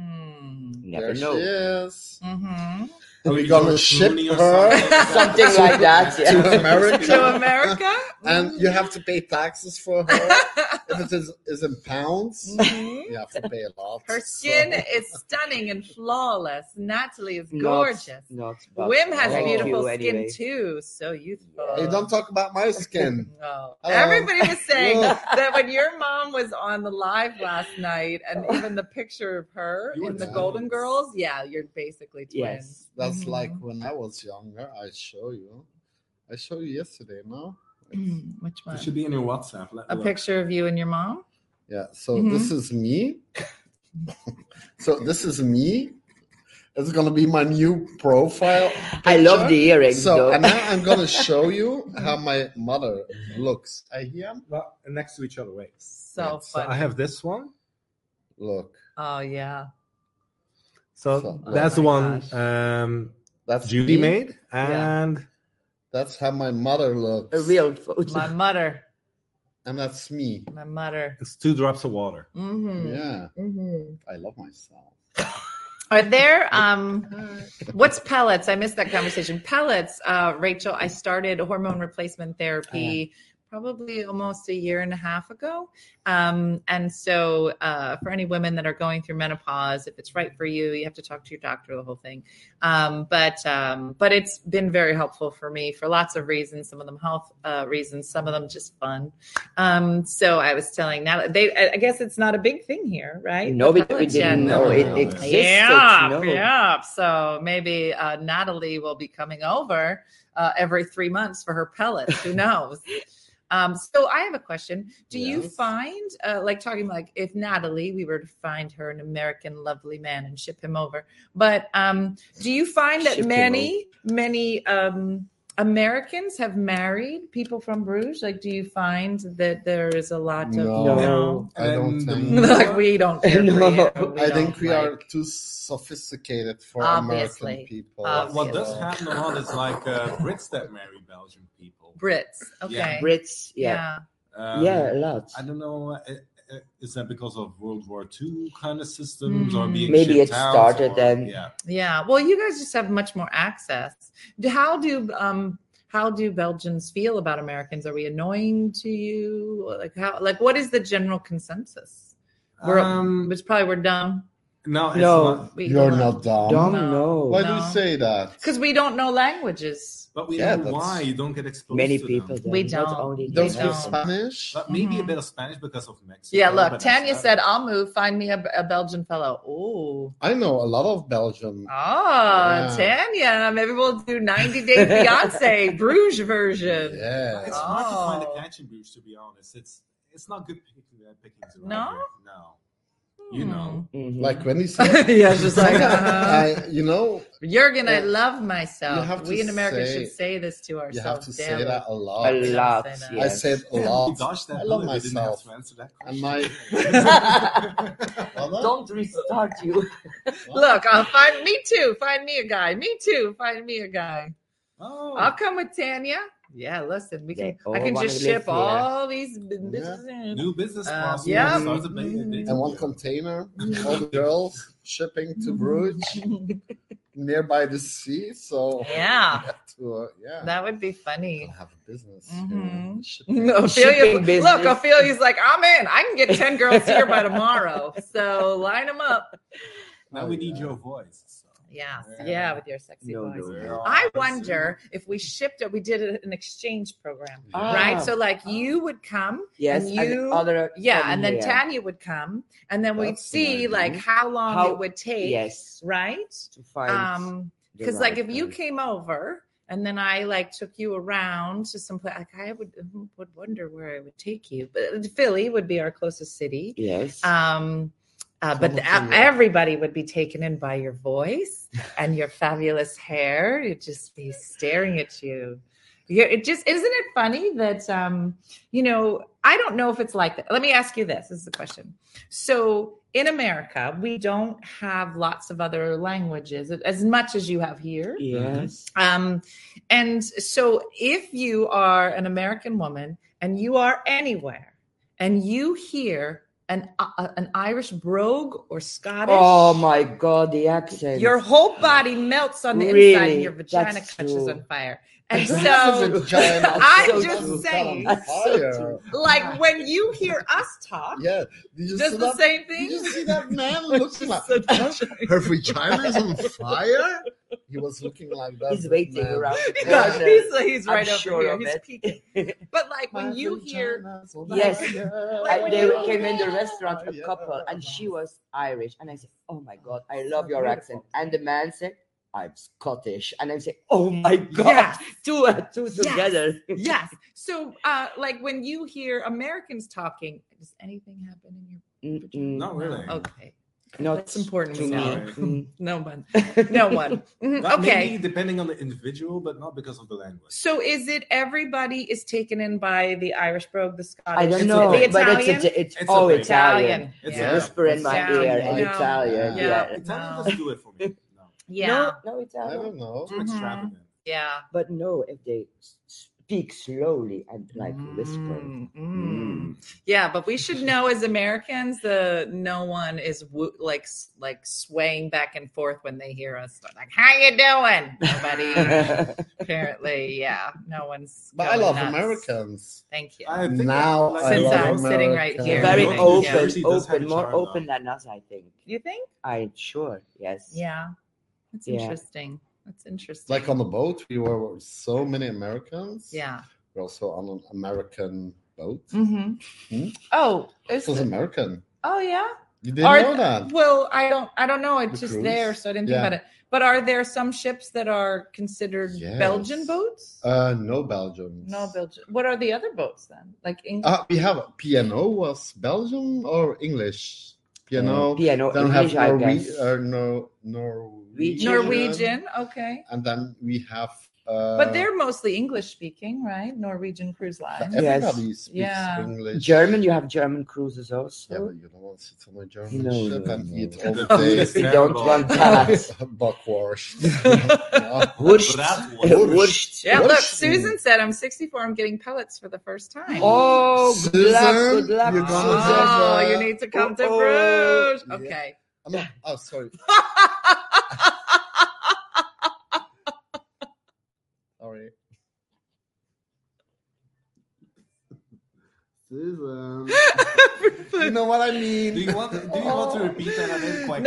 Mm. Never there know. she is. hmm Are we Maybe gonna George ship Clooney or her? Something like that. To Yeah. America. To America. And you have to pay taxes for her. if it is, is in pounds, Mhm. you have to pay a lot. Her so- skin is stunning and flawless. Natalie is Not- gorgeous. Not, but Wim has thank beautiful you skin anyway. too, so youthful. Hey, don't talk about my skin. Oh. Hello. Everybody was saying Look. that when your mom was on the live last night, and even the picture of her You were in the twins. Golden Girls, yeah, you're basically twins. Yes. That's Mhm. like when I was younger. I show you. I showed you yesterday, no? Mm, Which It should one? be in your WhatsApp. Let me A look. picture of you and your mom. Yeah. So Mm-hmm. this is me. so this is me. It's gonna be my new profile. I love the picture. earrings So though. and now I'm gonna show you how my mother looks. I hear. Well, next to each other, right? So Yeah, funny. So I have this one. Look, Oh yeah. So So, Oh that's the my one gosh. um, that's Judy me. made, Yeah. and That's how my mother looks. a real photo. My mother. And that's me. My mother. it's two drops of water. Mm-hmm. Yeah, Mm-hmm. I love myself. Are there um what's pellets? I missed that conversation. Pellets, uh, Rachel, I started hormone replacement therapy probably almost a year and a half ago. Um, and so, uh, for any women that are going through menopause, if it's right for you, you have to talk to your doctor, the whole thing. Um, but um, but it's been very helpful for me for lots of reasons. Some of them health uh, reasons, some of them just fun. Um, so I was telling now they. I I guess it's not a big thing here, right? No, but we Collagen. didn't know it existed. Yeah, no. yeah. So maybe uh, Natalie will be coming over uh, every three months for her pellets. Who knows? Um, so I have a question. Do you Yes. find, uh, like talking like if Natalie, we were to find her an American lovely man and ship him over, but um, do you find that Ship him many, many um, Americans have married people from Bruges? Like, do you find that there is a lot of No. no? I don't And the think. more- like we don't. Care No. for you. I We I think don't, we are like- too sophisticated for Obviously. American people. What, what does so- happen a lot is like uh, Brits that marry Belgian people. Brits. Yeah. Okay. Brits, yeah. Yeah. Um, Yeah, a lot. I don't know. uh, uh, Is that because of World War II kind of systems or Hmm. being Maybe shipped it out started or- then. Yeah. Yeah. Well, you guys just have much more access. Do- How do um how do Belgians feel about Americans? Are we annoying to you? Like how like what is the general consensus? We're Um, it's probably we're dumb. no, it's No. not. We You're not dumb. Dumb, No. no. Why do No. you say that? because we don't know languages. But we Yeah, know that's- why you don't get exposed Many to people them. do. We Not don't. only Don't Don't Dutch. speak know. Spanish? But maybe a Mhm. bit of Spanish because of Mexico. Yeah, look, but that's Tanya not said, it. "I'll move. Find me a, a Belgian fellow." Oh, I know a lot of Belgian. ah, Yeah. Tanya. Maybe we'll do 90 Day Fiance Bruges version. Yeah. It's hard to find Oh. a catch in Bruges, to be honest. It's it's not good picking, uh, pickings. around No? here. no. You know, Mhm. Like when he said, Hmm. yeah, it's just like uh-huh. I, you know, Jurgen, I Uh, love you have myself. to We in America say- should say this to ourselves. you have to say daily. that a lot. a We don't lot. say that. I yes. said a Yeah, we lot. dodged that I love bullet. We didn't have myself. to answer that And question. my- Yeah. Mother? Don't restart you. Look, I'll find me too. Find me a guy. Me too. Find me a guy. oh, I'll come with Tanya. Yeah, listen, we They can. I all can wanna just live ship here. all these businesses. in. new business Um, class. yeah. Mm-hmm. Start a ba- a dating and one deal. container, all girls shipping to Bruges, nearby the sea. So Yeah. to, uh, yeah, That would be funny. can have a business. Mhm. Here. Shipping. No, Ophelia, Shipping business. look, Ophelia's like, I'm in. I can get 10 girls here by tomorrow. So line them up. Now Oh, we need yeah. your voice. So. Yes. Yeah, Yeah. with your sexy No, voice. no, We're no. all I the wonder if we shipped it, we did it- an exchange program, Ah. right? So, like, you would come Yes, and you. other um, yeah, from and then here. Tanya would come, and then we'd That's an see idea. like how long How- it would take, Yes, right? to find Um, the because like right if you one. came over and then I like took you around to some place, like I would would wonder where I would take you. But Philly would be our closest city. yes, Um, uh, but the, Wonderful. everybody would be taken in by your voice and your fabulous hair. It'd just be staring at you. You're, it just isn't it funny that um, you know I don't know if it's like that. Let me ask you this: This is the question. So in America, we don't have lots of other languages as much as you have here. yes. Um, and so, if you are an American woman and you are anywhere and you hear an uh, an Irish brogue or Scottish, Oh my God, the accent. Mm-hmm. your whole body melts on the inside Really? and your vagina That's catches true. on fire. And This is so, a giant I'm outside just that's saying. on fire. like when you hear us talk, Yeah, did you does see the that? same Did you thing? see that man looking like her vagina is on fire? He was looking like that. He's that waiting man. around the He corner. does. He's, he's I'm right over sure here. of He's it. peeking. But like when My you hear vagina's on Yes. fire. Like I, when they you- came in the restaurant, a Yeah. couple, and she was Irish. And I said, Oh my God, I love So your accent. beautiful. And the man said, I'm Scottish. And I said, Oh my God, Yes. two and two Yes. together. yes. So, uh, like when you hear Americans talking, does anything happen in your? Mm-mm, Not really. Mm, oh, Okay, Mm, Not that's important. to We me. know. Mm. No one. No one. Mhm, But okay. Maybe depending on the individual, but not because of the language. So, is it everybody is taken in by the Irish brogue, the Scottish? I don't It's know, the okay. but Italian. it's a, it's, It's all okay. Italian. Italian. It's yeah. okay. Whisper in my Sound ear, like- No. Italian. Yeah. Yeah. Italian No. doesn't do it for me. No, Yeah. No, no I Italian. don't know. too Mhm. extravagant. Yeah. But no, if they s- s- speak slowly and like whisper. Mm. Yeah, but we should know as Americans, the no one is wo- like like swaying back and forth when they hear us. Like, how you doing? Nobody. apparently, yeah, no one's. But I going love nuts. Americans. Thank you. I think Now I I Since love I'm sitting right Americans. here. Very Yeah. open, Jersey does have open, a more charm now. open than us, I think. you think? I'm sure, yes. Yeah, that's Yeah. interesting. That's interesting. Like on the boat, we were with so many Americans. yeah. We're also on an American boat. Mm-hmm. Hmm? Oh, This it's, was American. oh yeah. You didn't Are- know that. Well, I don't. I don't know. The It's just cruise? there, so I didn't think Yeah. about it. But are there some ships that are considered Yes. Belgian boats? Uh, no Belgium. no, Belgian. What are the other boats then? Like England? Uh, we have piano was Belgium or English? Piano. piano, Then we have English, I guess. Norwe- uh, no, Norwegian. Norwegian. Okay. And then we have. Uh, But they're mostly English speaking, right? Norwegian cruise line. Yeah. Everybody speaks Yeah. English. German, you have German cruises Yeah, also. but you don't want to sit on a German No, ship no, and no. eat all The food day. is We don't terrible. want that. Bockwurst. Wurst. Bratwurst. Wurst. Yeah, look, What's- Susan said I'm 64. I'm getting pellets for the first time. Oh, good luck, Susan, good luck. Ah. you're Susan. gonna have Oh, uh, you need to come to uh-oh. Bruges. Yeah. Okay. I'm not- oh, sorry. Sorry. Susan. You know what I mean? Do you want? Do you want to repeat that? I didn't No, quite.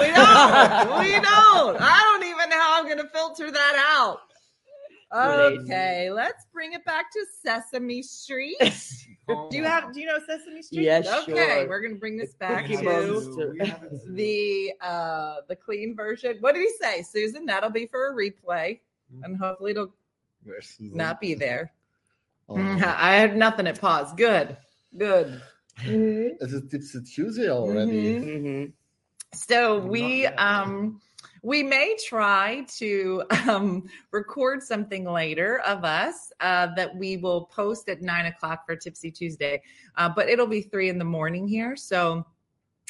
we don't. We don't. I don't even know how I'm going to filter that out. Great. Okay, let's bring it back to Sesame Street. Oh Do you have? Do you know Sesame Street? Yes, Okay, sure. we're going to bring this It's back Cookie to Monster. We haven't seen it. the uh the clean version. What did he say, Susan? That'll be for a replay, Mm-hmm. and hopefully it'll Where's Susan? not be there. Oh. Mm-hmm. I had nothing at pause. Good, good. Is it it's a Tuesday already? Mhm. Mhm. So we yet. um we may try to um record something later of us uh that we will post at nine o'clock for Tipsy Tuesday. Uh but it'll be three in the morning here. So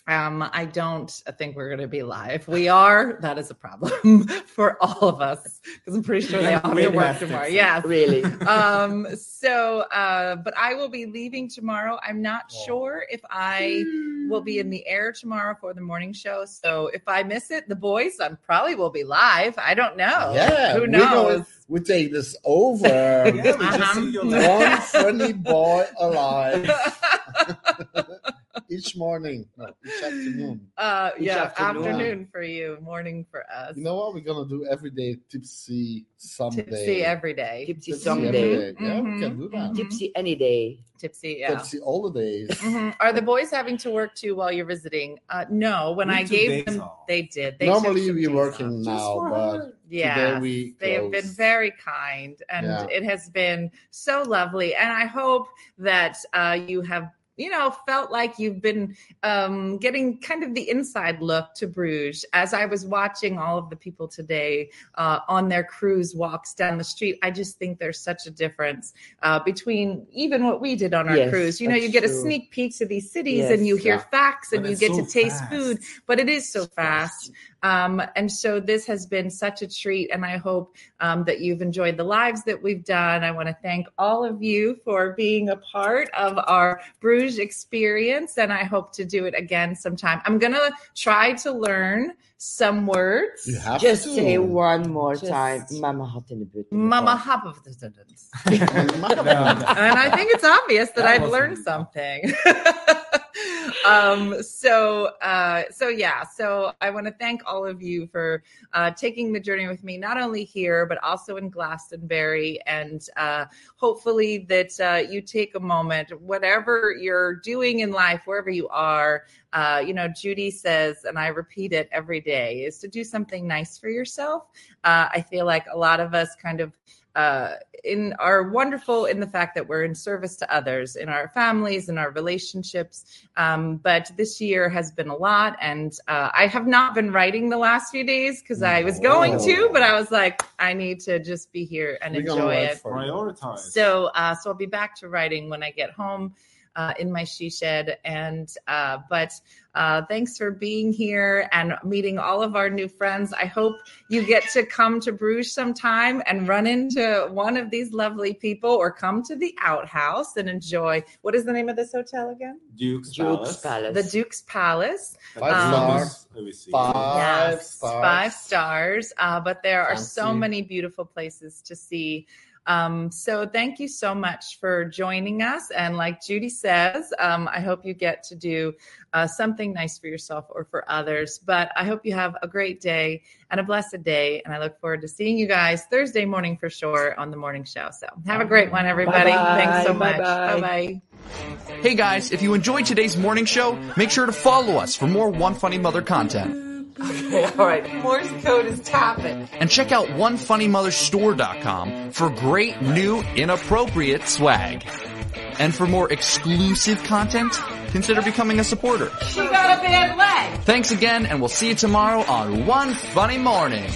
um I don't think we're gonna be live. We are, that is a problem for all of us. Because I'm pretty sure they all have to Really work has to tomorrow. accept. Yes Really? um so uh but i will be leaving tomorrow i'm not sure if i will be in the air tomorrow for the morning show so if i miss it the boys i probably will be live i don't know Yeah. Mm-hmm. Oh, who we're knows gonna- we take this over. Yeah, we just Uh-huh. see your last One funny boy alive each morning, no, each afternoon. uh Each yeah afternoon. afternoon. for you morning for us You know um, what? We're gonna do every day tipsy someday. tipsy every day Tipsy Tipsy someday. every day. Yeah, we can do that. Mhm. Tipsy any day. tipsy Mm-hmm. yeah Tipsy all the days. Mhm. Are the boys having to work too while you're visiting? Uh, no. When We I took gave days them, off. they did. They took Normally some we're days off. working now, but Yeah, we they have been close. very kind, and Yeah. it has been so lovely. And I hope that uh, you have, you know, felt like you've been um, getting kind of the inside look to Bruges. As I was watching all of the people today uh, on their cruise walks down the street, I just think there's such a difference uh, between even what we did on our Yes, cruise. You know, that's you get a true. sneak peek to these cities, Yes. and you hear Yeah. facts, and But you it's get so to taste fast. food but it is so fast. Um, and so this has been such a treat, and I hope um, that you've enjoyed the lives that we've done. I want to thank all of you for being a part of our Bruges experience, and I hope to do it again sometime. I'm gonna try to learn some words. You have Just to. say one more Just- time. Mama had in the boot. Mama hop of the No, no. and I think it's obvious that, That I've wasn't learned enough. something. um, so, uh, so yeah, so I want to thank all of you for uh, taking the journey with me, not only here but also in Glastonbury, and uh, hopefully that uh, you take a moment, whatever you're doing in life, wherever you are. Uh, you know, Judy says, and I repeat it every day, is to do something nice for yourself. Uh, I feel like a lot of us kind of. Uh, in are wonderful in the fact that we're in service to others in our families in our relationships um, but this year has been a lot and uh, i have not been writing the last few days because i was going to but i was like i need to just be here and We're gonna enjoy wait it for you. Prioritize. so uh, so i'll be back to writing when i get home uh, in my she shed. And uh, but uh, thanks for being here and meeting all of our new friends. I hope you get to come to Bruges sometime and run into one of these lovely people, or come to the outhouse and enjoy. What is the name of this hotel again? Duke's, Duke's Palace. Palace. The Duke's Palace. Five Um, stars. Let me see. Five Yes, stars. five stars. Uh, but there are so Fancy. many beautiful places to see. Um, so thank you so much for joining us. And like Judy says, um, I hope you get to do uh, something nice for yourself or for others. But I hope you have a great day and a blessed day. And I look forward to seeing you guys Thursday morning for sure on the morning show. So have a great one, everybody. Bye-bye. Thanks so much. Bye-bye. Bye bye. Hey guys, if you enjoyed today's morning show, make sure to follow us for more One Funny Mother content. All right. Morse code is tapping. And check out onefunnymotherstore.com for great new inappropriate swag. And for more exclusive content, consider becoming a supporter. She got a bad leg. Thanks again and we'll see you tomorrow on One Funny Morning.